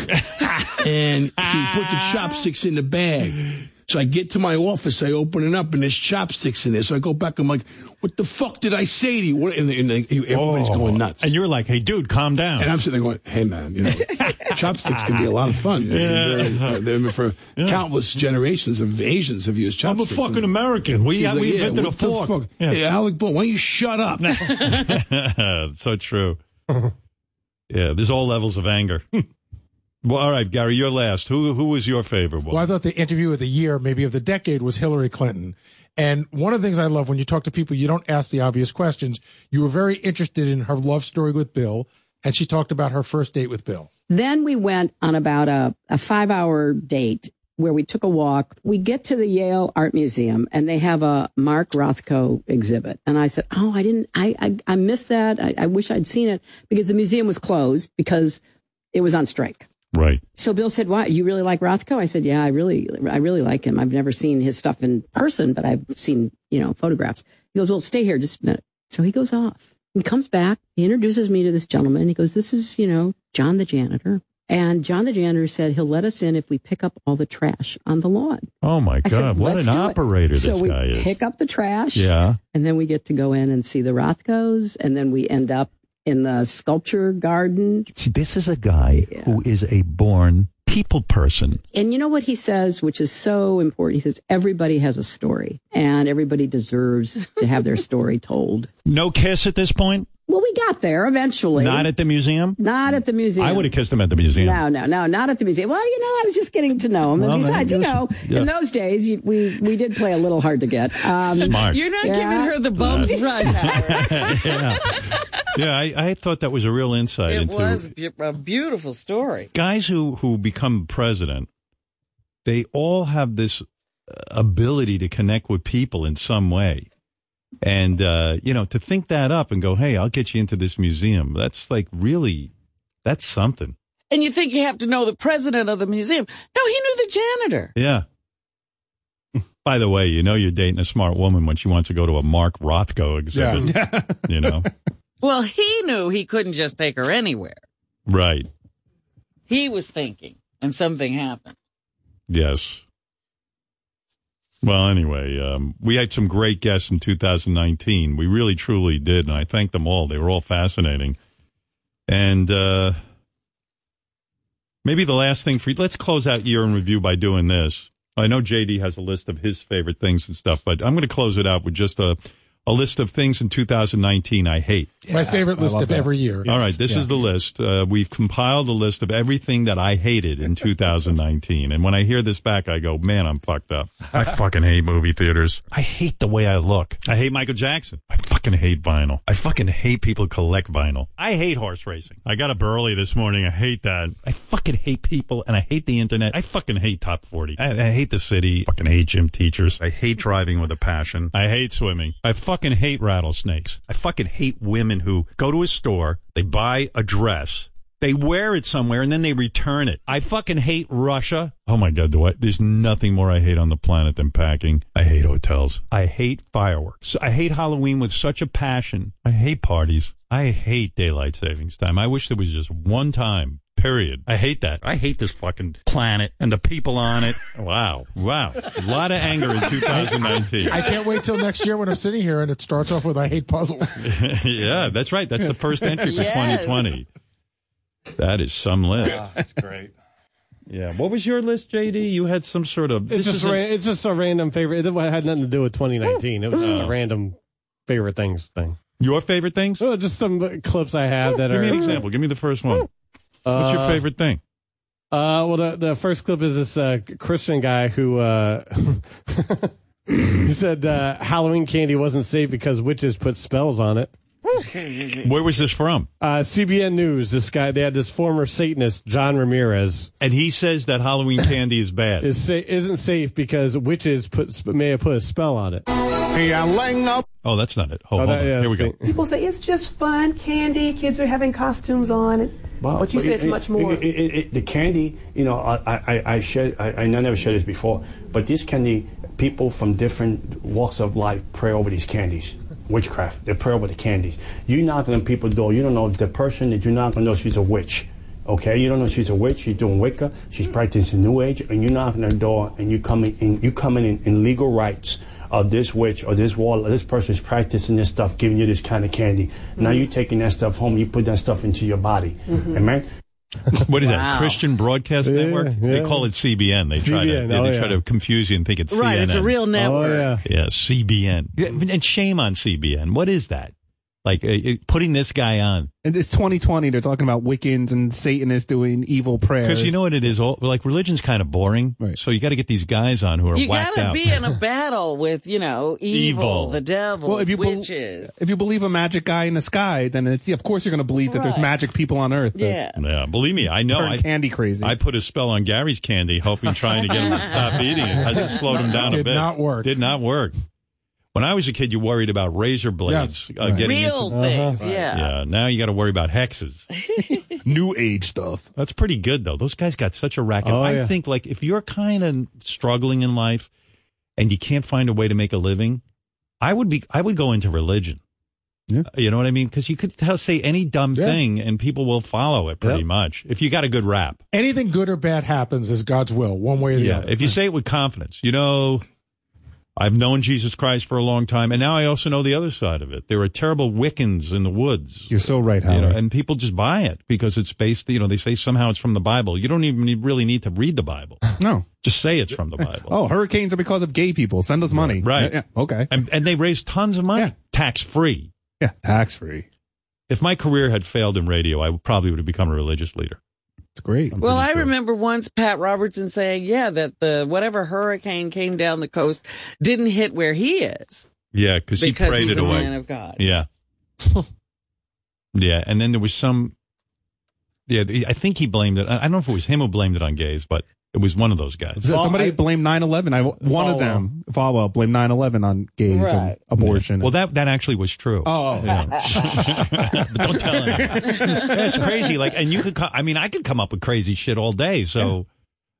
Speaker 23: and he put the chopsticks in the bag. So I get to my office, I open it up, and there's chopsticks in there. So I go back, I'm like, what the fuck did I say to you? What, and, and, and everybody's going nuts.
Speaker 2: Oh. And you're like, hey, dude, calm down.
Speaker 23: And I'm sitting there going, hey, man, you know, chopsticks can be a lot of fun. I mean,
Speaker 2: Yeah.
Speaker 23: they're- they're- they're for countless generations of Asians have used
Speaker 2: I'm a
Speaker 23: chopsticks.
Speaker 2: fucking American. We-
Speaker 23: He's
Speaker 2: we invented a
Speaker 23: what the
Speaker 2: fork."
Speaker 23: fuck?
Speaker 2: Yeah.
Speaker 23: Hey, Alec Baldwin, why don't you shut up?
Speaker 2: so true. yeah, there's all levels of anger. well, all right, Gary, you're last. Who who was your favorite one?
Speaker 6: Well, I thought the interview of the year, maybe of the decade, was Hillary Clinton. And one of the things I love when you talk to people, you don't ask the obvious questions. You were very interested in her love story with Bill, and she talked about her first date with Bill.
Speaker 24: Then we went on about a, a five hour date where we took a walk. We get to the Yale Art Museum and they have a Mark Rothko exhibit. And I said, Oh, I didn't, I, I, I missed that. I, I wish I'd seen it because the museum was closed because it was on strike.
Speaker 2: Right.
Speaker 24: So Bill said, "Why you really like Rothko?" I said, "Yeah, I really, I really like him. I've never seen his stuff in person, but I've seen, you know, photographs." He goes, "Well, stay here just a minute." So he goes off. He comes back. He introduces me to this gentleman. He goes, "This is, you know, John the janitor." And John the janitor said he'll let us in if we pick up all the trash on the lawn.
Speaker 2: Oh my
Speaker 24: I said,
Speaker 2: God, what
Speaker 24: "Let's
Speaker 2: an
Speaker 24: do it."
Speaker 2: operator
Speaker 24: So
Speaker 2: this
Speaker 24: we
Speaker 2: guy is.
Speaker 24: pick up the trash.
Speaker 2: Yeah.
Speaker 24: And then we get to go in and see the Rothkos, and then we end up in the sculpture garden.
Speaker 2: See, this is a guy who is a born people person.
Speaker 24: And you know what he says, which is so important? He says, everybody has a story and everybody deserves to have their story told.
Speaker 2: No kiss at this point.
Speaker 24: Well, we got there eventually.
Speaker 2: Not at the museum.
Speaker 24: Not at the museum.
Speaker 2: I would have kissed him at the museum.
Speaker 24: No, no, no, not at the museum. Well, you know, I was just getting to know him.
Speaker 2: Well,
Speaker 24: and
Speaker 2: then
Speaker 24: besides, you
Speaker 2: you-
Speaker 24: know,
Speaker 2: yeah.
Speaker 24: in those days, you, we we did play a little hard to get. Um,
Speaker 2: Smart. Uh,
Speaker 5: You're not giving her the bum's
Speaker 24: Yeah.
Speaker 5: run. Howard.
Speaker 2: yeah, yeah. I, I thought that was a real insight
Speaker 5: It
Speaker 2: into
Speaker 5: was bu- a beautiful story.
Speaker 2: guys who who become president. They all have this uh, ability to connect with people in some way. And, uh, you know, to think that up and go, hey, I'll get you into this museum, that's like really, that's something.
Speaker 5: And you think you have to know the president of the museum. No, he knew the janitor.
Speaker 2: Yeah. By the way, you know you're dating a smart woman when she wants to go to a Mark Rothko exhibit. you know,
Speaker 5: Well, he knew he couldn't just take her anywhere.
Speaker 2: right?
Speaker 5: He was thinking, and something happened.
Speaker 2: Yes. Well, anyway, um, we had some great guests in 2019. We really, truly did, and I thank them all. They were all fascinating. And uh, maybe the last thing for you, let's close out year in review by doing this. I know JD has a list of his favorite things and stuff, but I'm going to close it out with just a, a list of things in 2019 I hate.
Speaker 6: My favorite list of every year.
Speaker 2: All right, this is the list. Uh, we've compiled a list of everything that I hated in 2019. and when I hear this back, I go, man, I'm fucked up. I fucking hate movie theaters. I hate the way I look. I hate Michael Jackson. I fucking hate vinyl. I fucking hate people who collect vinyl. I hate horse racing. I got up early this morning. I hate that. I fucking hate people and I hate the internet. I fucking hate top 40. I, I hate the city. Fucking hate gym teachers. I hate driving with a passion. I hate swimming. I fucking hate rattlesnakes. I fucking hate women who go to a store, they buy a dress, they wear it somewhere and then they return it. I fucking hate Russia. Oh my God, do I? There's nothing more I hate on the planet than packing. I hate hotels. I hate fireworks. I hate Halloween with such a passion. I hate parties. I hate daylight savings time. I wish there was just one time. Period. I hate that. I hate this fucking planet and the people on it. Wow. Wow. A lot of anger in 2019.
Speaker 6: I can't wait till next year when I'm sitting here and it starts off with I hate puzzles.
Speaker 2: yeah, that's right. That's the first entry for
Speaker 6: Yes.
Speaker 2: 2020. That is some list.
Speaker 6: that's great.
Speaker 2: Yeah. What was your list, JD? You had some sort of. this
Speaker 3: It's
Speaker 2: is
Speaker 3: just ra- it's just a random favorite. It had nothing to do with 2019. It was just a
Speaker 2: Oh.
Speaker 3: random favorite things thing.
Speaker 2: Your favorite things? Oh,
Speaker 3: Oh, just some clips I have that
Speaker 2: Give
Speaker 3: are.
Speaker 2: me an example. Give me the first one. What's your
Speaker 3: Uh,
Speaker 2: favorite thing?
Speaker 3: Uh, well, the, the first clip is this uh, Christian guy who uh, he said uh, Halloween candy wasn't safe because witches put spells on it.
Speaker 2: Where was this from?
Speaker 3: Uh, CBN News. This guy, they had this former Satanist, John Ramirez,
Speaker 2: and he says that Halloween candy is bad.
Speaker 3: Is sa- isn't safe because witches put sp- may have put a spell on it.
Speaker 2: Oh, that's not it. Hold,
Speaker 3: Oh,
Speaker 2: hold
Speaker 3: that-
Speaker 2: on.
Speaker 3: yeah,
Speaker 2: Here we go.
Speaker 7: People say it's just fun, candy, kids are having costumes on. but you say it's much more.
Speaker 10: it- it- it- the candy, you know, I, I, I shared, I, I never shared this before, but this candy, people from different walks of life pray over these candies. Witchcraft, they pray over the candies. You knock on people's door, you don't know the person that you knock on know she's a witch. Okay, you don't know she's a witch. She's doing Wicca. She's practicing New Age, and you knock on her door, and you come in, and you come in, in legal rights of this witch or this wall. Or this person's practicing this stuff, giving you this kind of candy. Now
Speaker 7: Mhm.
Speaker 10: you taking that stuff home. You put that stuff into your body.
Speaker 7: Mhm.
Speaker 10: Amen.
Speaker 2: What is
Speaker 10: Wow.
Speaker 2: that? Christian Broadcast
Speaker 10: Yeah,
Speaker 2: Network? They
Speaker 10: yeah.
Speaker 2: call it CBN. They try to
Speaker 10: CBN,
Speaker 2: they,
Speaker 10: oh,
Speaker 2: they try
Speaker 10: yeah.
Speaker 2: to confuse you and think it's
Speaker 5: Right, it's a
Speaker 2: CNN.
Speaker 5: real network. Oh, yeah.
Speaker 2: yeah, CBN. Yeah, And shame on CBN. What is that? Like uh, uh, putting this guy on.
Speaker 1: And it's 2020. They're talking about Wiccans and Satanists doing evil prayers.
Speaker 2: Because you know what it is, all, like religion's kind of boring, so you got to get these guys on who are
Speaker 5: You
Speaker 2: whacked
Speaker 5: gotta
Speaker 2: out.
Speaker 5: be in a battle with, you know, evil,
Speaker 2: Evil.
Speaker 5: the devil,
Speaker 1: Well, if you bel-
Speaker 5: witches.
Speaker 1: if you believe a magic guy in the sky, then it's, yeah, of course you're going to believe that there's
Speaker 5: Right.
Speaker 1: magic people on Earth. that-
Speaker 5: Yeah.
Speaker 2: yeah, believe me, I know.
Speaker 1: Turn
Speaker 2: I,
Speaker 1: candy crazy.
Speaker 2: I put a spell on Gary's candy, hoping trying to get him to stop eating it. Hasn't slowed him down a
Speaker 6: Did
Speaker 2: bit.
Speaker 6: not work.
Speaker 2: Did not work. When I was a kid, you worried about razor blades
Speaker 6: Yes,
Speaker 2: uh,
Speaker 6: right.
Speaker 2: getting
Speaker 6: Real
Speaker 2: into-
Speaker 6: things, Uh-huh. yeah.
Speaker 2: Yeah. Now you got to worry about hexes, new age stuff. That's pretty good though. Those guys got such a racket.
Speaker 3: Oh,
Speaker 2: I
Speaker 3: yeah.
Speaker 2: think like if you're kind of struggling in life and you can't find a way to make a living, I would be. I would go into religion. Uh, You know what I mean? Because you could tell, say any dumb thing and people will follow it pretty much. If you got a good rap.
Speaker 6: Anything good or bad happens is God's will, one way or the
Speaker 2: Yeah,
Speaker 6: other.
Speaker 2: if you say it with confidence, you know, I've known Jesus Christ for a long time, and now I also know the other side of it. There are terrible Wiccans in the woods.
Speaker 1: You're so right, Howard.
Speaker 2: You know, and people just buy it because it's based, you know, they say somehow it's from the Bible. You don't even need, really need to read the Bible.
Speaker 1: No.
Speaker 2: Just say it's from the Bible.
Speaker 1: Oh, hurricanes are because of gay people. Send us money.
Speaker 2: Right.
Speaker 1: Yeah, yeah, okay.
Speaker 2: And, and they raise tons of money tax free.
Speaker 1: Yeah, tax free.
Speaker 2: If my career had failed in radio, I probably would have become a religious leader.
Speaker 1: It's great.
Speaker 5: Well, I remember once Pat Robertson saying, yeah, that the whatever hurricane came down the coast didn't hit where he is.
Speaker 2: Yeah, because he
Speaker 5: Because
Speaker 2: prayed
Speaker 5: he's
Speaker 2: it
Speaker 5: a
Speaker 2: away.
Speaker 5: man of God.
Speaker 2: Yeah. yeah, and then there was some. Yeah, I think he blamed it. I I don't know if it was him who blamed it on gays, but It was one of those guys.
Speaker 1: So somebody blamed 9-11. I, one of them, Falwell, blamed 9-11 on gays and
Speaker 2: Right.
Speaker 1: abortion.
Speaker 2: Well, that that actually was true.
Speaker 1: Oh, okay.
Speaker 2: but don't tell anyone. That's crazy. Like, and you could. co- I mean, I could come up with crazy shit all day. So,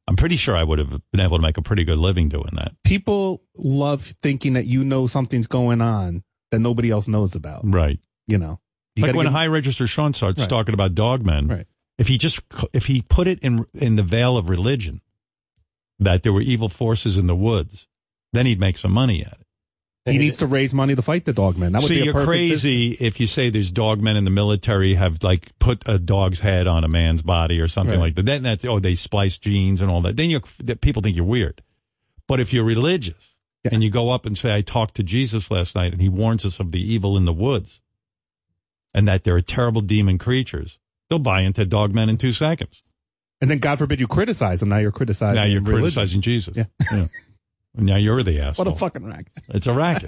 Speaker 2: I'm pretty sure I would have been able to make a pretty good living doing that.
Speaker 1: people love thinking that you know something's going on that nobody else knows about.
Speaker 2: Right.
Speaker 1: You know, You
Speaker 2: like
Speaker 1: gotta
Speaker 2: when
Speaker 1: give-
Speaker 2: high register Sean starts
Speaker 1: Right.
Speaker 2: talking about dogmen. Right. If he just if he put it in in the veil of religion, that there were evil forces in the woods, then he'd make some money at it.
Speaker 1: he needs to raise money to fight the dogmen. That would
Speaker 2: See,
Speaker 1: be a
Speaker 2: you're
Speaker 1: perfect
Speaker 2: crazy if you say there's dogmen in the military have like put a dog's head on a man's body or something
Speaker 1: Right.
Speaker 2: like that. Then that's oh they splice genes and all that. Then you that people think you're weird. But if you're religious and you go up and say I talked to Jesus last night and he warns us of the evil in the woods and that there are terrible demon creatures, they'll buy into dogmen in two seconds.
Speaker 1: And then God forbid you criticize him. Now you're criticizing.
Speaker 2: now you're
Speaker 1: religion.
Speaker 2: criticizing Jesus. Yeah. Now you're the asshole.
Speaker 1: What a fucking rack.
Speaker 2: It's a racket.